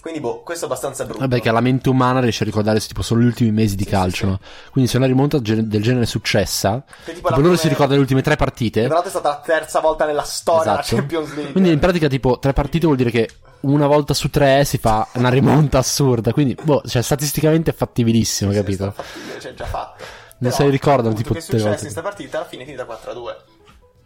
Speaker 3: Quindi, boh, questo è abbastanza brutto.
Speaker 1: Vabbè, che la mente umana riesce a ricordare tipo, solo gli ultimi mesi di
Speaker 3: Sì,
Speaker 1: calcio.
Speaker 3: sì,
Speaker 1: no? Quindi, se una rimonta gen- del genere è successa,
Speaker 3: Che tipo
Speaker 1: tipo,
Speaker 3: la
Speaker 1: loro
Speaker 3: prima-
Speaker 1: si ricordano le ultime tre
Speaker 3: Tra
Speaker 1: partite.
Speaker 3: l'altro è stata la terza volta nella storia della
Speaker 1: Esatto.
Speaker 3: Champions League.
Speaker 1: Quindi, in pratica, tipo, tre partite vuol dire che una volta su tre si fa una rimonta assurda. Quindi, boh, cioè, statisticamente è fattibilissimo,
Speaker 3: Sì, sì, è
Speaker 1: capito?
Speaker 3: stato fattibile, cioè, già fatto.
Speaker 1: Non se li ricordano,
Speaker 3: appunto,
Speaker 1: tipo,
Speaker 3: che è
Speaker 1: tutte le
Speaker 3: successo in
Speaker 1: volte.
Speaker 3: questa partita alla fine è finita 4-2.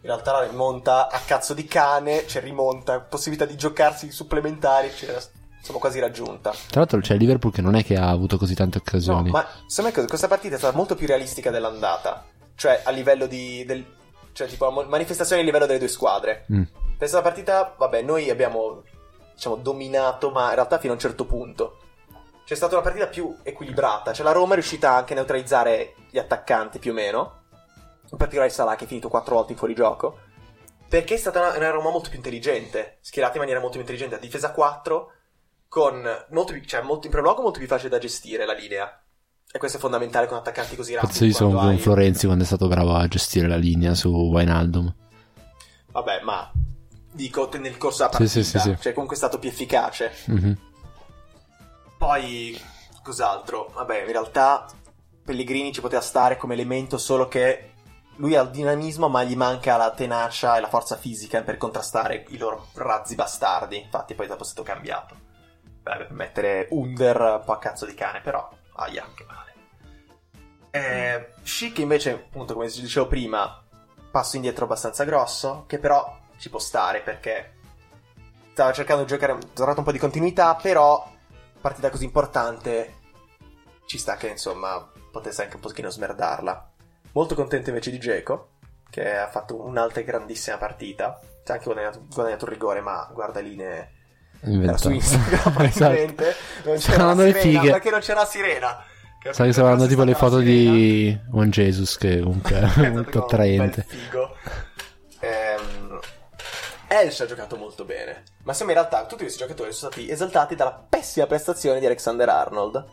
Speaker 3: In realtà la rimonta a cazzo di cane, c'è rimonta, possibilità di giocarsi i supplementari, eccetera. Insomma, quasi raggiunta.
Speaker 1: Tra l'altro, c'è il Liverpool che non è che ha avuto così tante
Speaker 3: No,
Speaker 1: occasioni.
Speaker 3: ma secondo me que- questa partita è stata molto più realistica dell'andata. Cioè, a livello di. del- cioè, tipo, mo- manifestazione a livello delle due squadre.
Speaker 1: Mm.
Speaker 3: Questa partita, vabbè, noi abbiamo, diciamo, dominato, ma in realtà fino a un certo punto. C'è stata una partita più equilibrata. Cioè, la Roma è riuscita anche a neutralizzare gli attaccanti, più o meno. In particolare Salah, che è finito quattro volte in fuorigioco. Perché è stata una, una Roma molto più intelligente, schierata in maniera molto più intelligente, a difesa 4, con molto più, cioè, molto, in primo luogo molto più facile da gestire la linea. E questo è fondamentale con attaccanti così rapidi.
Speaker 1: Cazzo, io sono
Speaker 3: quando
Speaker 1: con
Speaker 3: hai-
Speaker 1: Florenzi quando è stato bravo a gestire la linea su Wijnaldum.
Speaker 3: Vabbè, ma dico te- nel corso della
Speaker 1: Sì,
Speaker 3: partita,
Speaker 1: sì, sì, sì.
Speaker 3: cioè comunque è stato più efficace.
Speaker 1: Mhm.
Speaker 3: Poi, cos'altro? Vabbè, in realtà Pellegrini ci poteva stare come elemento, solo che lui ha il dinamismo, ma gli manca la tenacia e la forza fisica per contrastare i loro razzi bastardi. Infatti, poi dopo è stato cambiato. Vabbè, per mettere Under un po' a cazzo di cane, però, aia, che male. Eh, Schick invece, appunto, come dicevo prima, passo indietro abbastanza grosso, che però ci può stare perché stava cercando di giocare, è tornato un po' di continuità, però partita così importante ci sta che insomma potesse anche un pochino smerdarla. Molto contento invece di Geco, che ha fatto un'altra grandissima partita, ha anche guadagnato, guadagnato un rigore, ma guarda linee era su Instagram praticamente, non c'era
Speaker 1: Esatto. Stavano le
Speaker 3: Sirena,
Speaker 1: fighe.
Speaker 3: perché non c'era Sirena.
Speaker 1: Sai che stavano tipo le foto di One Jesus che comunque è molto attraente.
Speaker 3: Bel figo. Ehm, Elsh ha giocato molto bene. Ma sembra in realtà tutti questi giocatori sono stati esaltati dalla pessima prestazione di Alexander Arnold.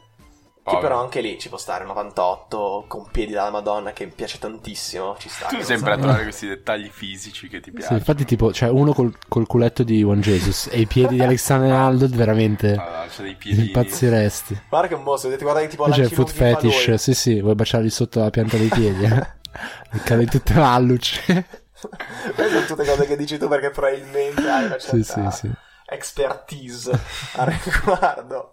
Speaker 3: Che
Speaker 2: Povero.
Speaker 3: però anche lì ci può stare 98 con piedi dalla Madonna che mi piace tantissimo. Ci sta.
Speaker 2: Tu
Speaker 3: che non
Speaker 2: sembra
Speaker 3: so.
Speaker 2: trovare questi dettagli fisici che ti
Speaker 1: Sì,
Speaker 2: piacciono.
Speaker 1: infatti tipo c'è uno col, col culetto di One Jesus e i piedi di Alexander Arnold veramente
Speaker 2: Ah, c'ha dei piedini.
Speaker 1: impazziresti.
Speaker 3: Guarda che è un mostro, dovete guardare tipo
Speaker 1: Poi
Speaker 3: la
Speaker 1: c'è il foot fetish, sì sì, vuoi baciarli sotto la pianta dei piedi. eh? E cade tutta la luce.
Speaker 3: Queste sono tutte cose che dici tu perché probabilmente hai una
Speaker 1: sì,
Speaker 3: certa
Speaker 1: sì, sì.
Speaker 3: expertise al riguardo.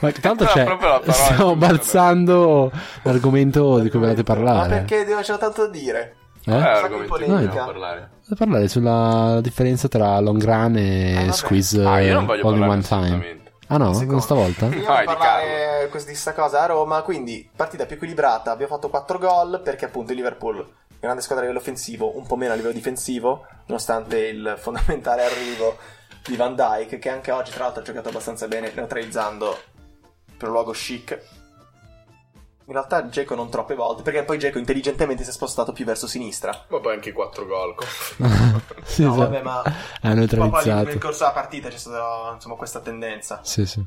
Speaker 1: Ma tanto
Speaker 2: Però
Speaker 1: c'è,
Speaker 2: proprio la parola
Speaker 1: stiamo
Speaker 2: giusta,
Speaker 1: balzando l'argomento Oh, di cui volevate
Speaker 3: Ma
Speaker 1: parlare.
Speaker 3: perché devo- c'ho tanto da dire?
Speaker 2: Eh,
Speaker 1: Eh?
Speaker 2: argomento di cui
Speaker 1: polemica.
Speaker 2: dobbiamo parlare.
Speaker 1: Volete parlare sulla differenza tra long run
Speaker 3: Ah,
Speaker 1: e
Speaker 3: vabbè.
Speaker 1: squeeze
Speaker 2: Ah, io non voglio
Speaker 1: all in
Speaker 2: parlare
Speaker 1: one time.
Speaker 2: assolutamente.
Speaker 1: Ah no,
Speaker 3: Secondo.
Speaker 1: stavolta?
Speaker 3: Io
Speaker 2: Vai,
Speaker 3: voglio
Speaker 2: di
Speaker 3: parlare questa- di sta cosa a Roma, quindi partita più equilibrata, abbiamo fatto 4 gol perché appunto il Liverpool, grande squadra a livello offensivo, un po' meno a livello difensivo, nonostante il fondamentale arrivo di Van Dijk, che anche oggi tra l'altro ha giocato abbastanza bene neutralizzando per luogo chic. In realtà Dzeko non troppe volte, perché poi Dzeko intelligentemente si è spostato più verso sinistra.
Speaker 4: Ma poi anche 4 gol. comunque.
Speaker 1: sì,
Speaker 3: No,
Speaker 1: sì.
Speaker 3: vabbè, ma
Speaker 1: Ha
Speaker 3: poi poi nel
Speaker 1: Esatto. neutralizzato.
Speaker 3: corso della partita c'è stata insomma questa tendenza.
Speaker 1: Sì, sì.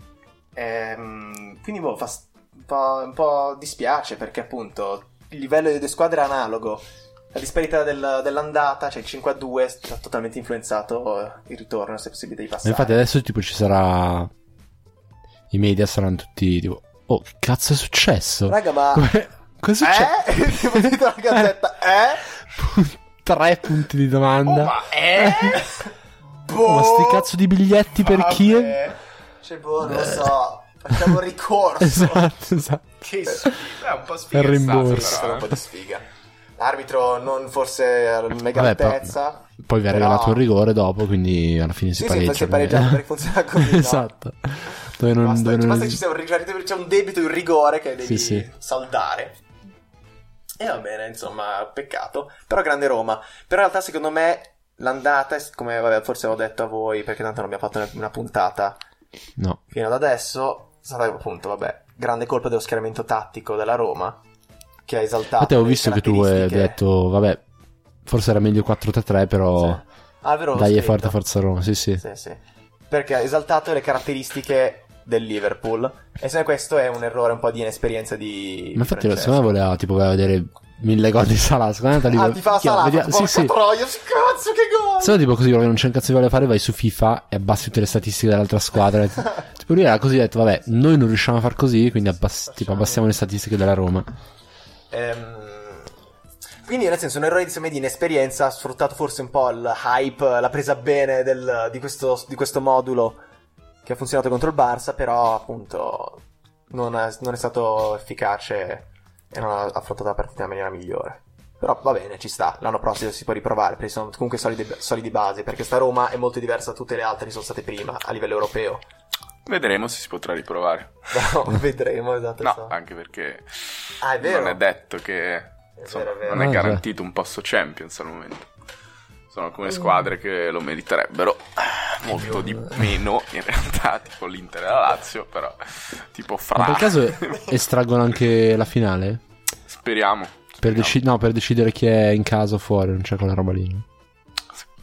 Speaker 3: Ehm, quindi boh, fa s- un, po', un po' dispiace perché appunto il livello delle due squadre è analogo. La disparità del- dell'andata, cioè il 5 a 2, ha totalmente influenzato eh, il ritorno, se possibile, di
Speaker 1: Ma
Speaker 3: passare.
Speaker 1: infatti adesso tipo ci sarà... I media saranno tutti tipo... Oh, che cazzo è successo?
Speaker 3: Raga, ma...
Speaker 1: boh, Come- Cosa
Speaker 3: Eh?
Speaker 1: successo?
Speaker 3: Tipo il titolo della gazzetta, eh?
Speaker 1: Tre punti di domanda.
Speaker 4: Oh, ma eh?
Speaker 3: Boh!
Speaker 1: Ma sti cazzo di biglietti per chi?
Speaker 4: Vabbè,
Speaker 3: Cioè, boh, non lo so. Facciamo un ricorso.
Speaker 1: Esatto, esatto.
Speaker 4: Che sfiga, è un po'
Speaker 1: Il
Speaker 4: sfiga.
Speaker 3: Ci
Speaker 1: rimborso.
Speaker 3: sono un
Speaker 4: eh.
Speaker 3: po' di sfiga. L'arbitro non forse alla mega
Speaker 1: Vabbè, però-
Speaker 3: altezza.
Speaker 1: Poi vi ha
Speaker 3: però-
Speaker 1: regalato un rigore dopo, quindi alla fine si
Speaker 3: Sì, sì,
Speaker 1: pareggia.
Speaker 3: si è pareggiato
Speaker 1: quindi-
Speaker 3: perché funziona così, no?
Speaker 1: esatto. Dove non...
Speaker 3: basta,
Speaker 1: dove non
Speaker 3: basta che
Speaker 1: es-
Speaker 3: ci sia un, rigore- c'è un debito, un rigore che devi
Speaker 1: Sì, sì.
Speaker 3: saldare. E va bene, insomma, peccato. Però grande Roma. Però in realtà, secondo me, l'andata, è- come vabbè, forse l'ho detto a voi, perché tanto non abbiamo fatto una- una puntata
Speaker 1: No.
Speaker 3: fino ad adesso, sarà appunto, vabbè, grande colpa dello schieramento tattico della Roma, che ha esaltato
Speaker 1: Infatti avevo
Speaker 3: le
Speaker 1: visto che tu hai
Speaker 3: caratteristiche-
Speaker 1: detto, vabbè, forse era meglio 4-3-3, però
Speaker 3: Sì. Ah, è vero, l'ho
Speaker 1: dai è
Speaker 3: scritto.
Speaker 1: forte Forza Roma, sì sì.
Speaker 3: Sì, sì. Perché ha esaltato le caratteristiche del Liverpool. E secondo me questo è un errore un po' di inesperienza di.
Speaker 1: Ma
Speaker 3: di
Speaker 1: infatti
Speaker 3: Francesco.
Speaker 1: secondo me voleva tipo voleva vedere mille gol di Salah, secondo me è andato
Speaker 3: Ah,
Speaker 1: lì-
Speaker 3: ti fa la
Speaker 1: Chia,
Speaker 3: salata.
Speaker 1: vediamo-
Speaker 3: porca
Speaker 1: sì sì.
Speaker 3: troia, cazzo, che gol!
Speaker 1: Se no tipo così, che non c'è un cazzo che vuole fare, vai su FIFA e abbassi tutte le statistiche dell'altra squadra. tipo lui era così, ha detto, vabbè, noi non riusciamo a far così, quindi abbass- tipo, abbassiamo le statistiche della Roma.
Speaker 3: Ehm, Quindi, nel senso, un errore secondo me, di inesperienza. Ha sfruttato forse un po' il hype, la presa bene del- di, questo, di questo modulo che ha funzionato contro il Barça. Però, appunto, non è, non è stato efficace e non ha affrontato la partita in maniera migliore. Però va bene, ci sta. L'anno prossimo si può riprovare perché sono comunque solidi, solidi basi. Perché sta Roma è molto diversa da tutte le altre che sono state prima a livello europeo.
Speaker 2: Vedremo se si potrà riprovare.
Speaker 3: Però vedremo, esatto.
Speaker 2: No,
Speaker 3: so.
Speaker 2: anche perché
Speaker 3: Ah, è vero.
Speaker 2: non è detto che insomma,
Speaker 3: vero, è vero.
Speaker 2: non
Speaker 1: Ah,
Speaker 2: è
Speaker 1: già.
Speaker 2: garantito un posto Champions al momento. Sono
Speaker 3: Mm.
Speaker 2: alcune squadre che lo meriterebbero
Speaker 3: Ah,
Speaker 2: molto di meno in realtà, tipo l'Inter e la Lazio, però tipo fra
Speaker 1: Ma per caso estraggono anche la finale?
Speaker 2: speriamo.
Speaker 1: Per
Speaker 2: speriamo.
Speaker 1: deci- no, per decidere chi è in casa o fuori, non c'è quella roba lì. no?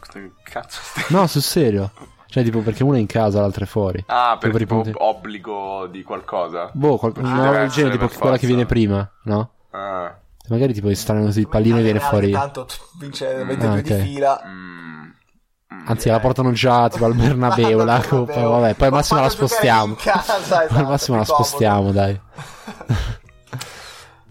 Speaker 2: Che Cazzo. stai-
Speaker 1: No, sul serio. Cioè, tipo, perché una è in casa, l'altra è fuori.
Speaker 2: Ah, per
Speaker 1: Per i
Speaker 2: tipo
Speaker 1: punti.
Speaker 2: obbligo di qualcosa.
Speaker 1: Boh, qual-
Speaker 2: Ah,
Speaker 1: una
Speaker 2: deve
Speaker 1: roba del
Speaker 2: essere
Speaker 1: genere, tipo
Speaker 2: per
Speaker 1: quella che
Speaker 2: forza.
Speaker 1: viene prima, no?
Speaker 2: Ah,
Speaker 1: Magari tipo strano così il pallino e viene fuori.
Speaker 3: Tanto vince
Speaker 2: Mm.
Speaker 3: 22
Speaker 1: Ah, ok.
Speaker 3: di fila.
Speaker 2: mm, mm.
Speaker 1: Anzi, la portano già tipo al Bernabeu la
Speaker 3: Bernabeu.
Speaker 1: coppa. Vabbè, poi al
Speaker 3: Ma
Speaker 1: massimo la
Speaker 3: fatelo giocare
Speaker 1: spostiamo.
Speaker 3: in casa, esatto,
Speaker 1: al massimo la
Speaker 3: più comodo.
Speaker 1: spostiamo, dai.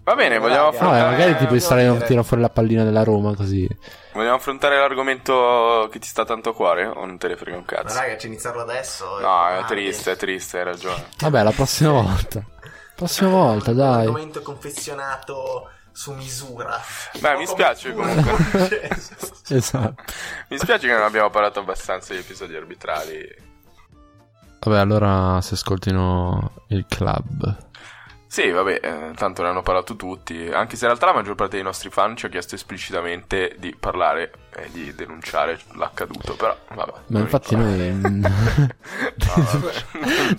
Speaker 2: Va bene, vogliamo
Speaker 3: Raga.
Speaker 1: No,
Speaker 2: affrontare,
Speaker 1: eh, magari tipo
Speaker 3: voglio
Speaker 1: Israele
Speaker 3: dire.
Speaker 1: tira fuori la pallina della Roma così.
Speaker 2: vogliamo affrontare l'argomento che ti sta tanto a cuore o non te ne frega un
Speaker 3: Ma
Speaker 2: cazzo? eh.
Speaker 3: raga, c'è iniziarlo adesso.
Speaker 2: No, è triste, è triste, hai ragione.
Speaker 1: Vabbè, la prossima volta. Prossima volta, dai.
Speaker 3: argomento confezionato su misura.
Speaker 2: Beh,
Speaker 3: Un
Speaker 2: mi
Speaker 3: po'
Speaker 2: spiace
Speaker 3: come il
Speaker 2: comunque.
Speaker 3: culo. Cioè,
Speaker 1: Esatto.
Speaker 2: Mi spiace che non abbiamo parlato abbastanza di episodi arbitrali.
Speaker 1: Vabbè, allora si ascoltino il club.
Speaker 2: Sì, vabbè, eh, tanto ne hanno parlato tutti, anche se in realtà la maggior parte dei nostri fan ci ha chiesto esplicitamente di parlare e di denunciare l'accaduto, però vabbè.
Speaker 1: Ma
Speaker 2: non
Speaker 1: infatti
Speaker 2: importa.
Speaker 1: noi... mm,
Speaker 2: No, vabbè.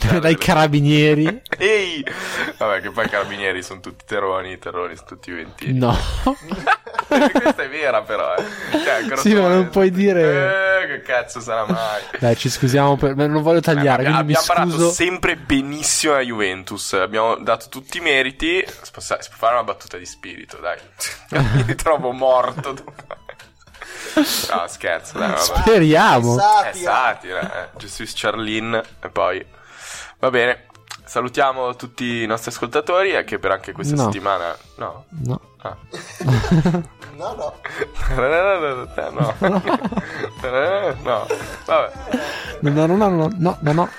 Speaker 1: Dai, dai carabinieri?
Speaker 2: Ehi! Vabbè, che poi i carabinieri sono tutti terroni, i terroni sono tutti ventini.
Speaker 1: No.
Speaker 2: Questa è vera, però. Eh. Cioè, ancora
Speaker 1: Sì, ma
Speaker 2: sono-
Speaker 1: non puoi dire-
Speaker 2: Eh, che cazzo sarà mai?
Speaker 1: Dai, ci scusiamo per... ma Non voglio tagliare,
Speaker 2: abbiamo
Speaker 1: quindi mi
Speaker 2: abbiamo
Speaker 1: scuso.
Speaker 2: parlato sempre benissimo alla Juventus. Abbiamo dato tutti i meriti. Si può sa- si può fare una battuta di spirito, dai. Mi ritrovo morto. No, scherzo, dai. Vabbè.
Speaker 1: Speriamo.
Speaker 3: Eh,
Speaker 2: È
Speaker 3: Satira.
Speaker 2: satira, eh. Jesus Charlene e poi va bene. Salutiamo tutti i nostri ascoltatori e che per anche questa
Speaker 1: No.
Speaker 2: settimana no.
Speaker 1: No.
Speaker 2: Ah.
Speaker 3: No, no.
Speaker 2: no. no. Vabbè.
Speaker 1: No, no, no, no, no, no, no.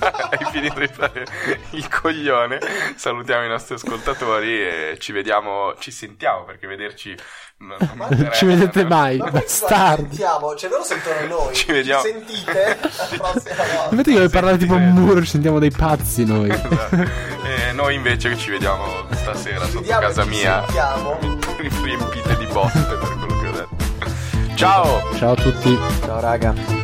Speaker 2: Hai finito di fare il coglione. Salutiamo i nostri ascoltatori e ci vediamo, ci sentiamo perché vederci mm,
Speaker 1: Non ci vedete mai,
Speaker 3: Ma poi, guarda,
Speaker 1: bastardi.
Speaker 3: sentiamo, cioè loro sentono noi.
Speaker 2: Ci vediamo.
Speaker 3: sentite la prossima volta.
Speaker 1: Sapete che voi parlare tipo un
Speaker 2: Sentite.
Speaker 1: muro, ci sentiamo dei pazzi noi.
Speaker 2: Esatto. E noi invece che ci vediamo stasera sotto
Speaker 3: Vediamo,
Speaker 2: casa
Speaker 3: ci
Speaker 2: mia.
Speaker 3: sentiamo.
Speaker 2: riempite di botte per quello che ho detto. Ciao!
Speaker 1: Ciao a tutti.
Speaker 3: Ciao raga.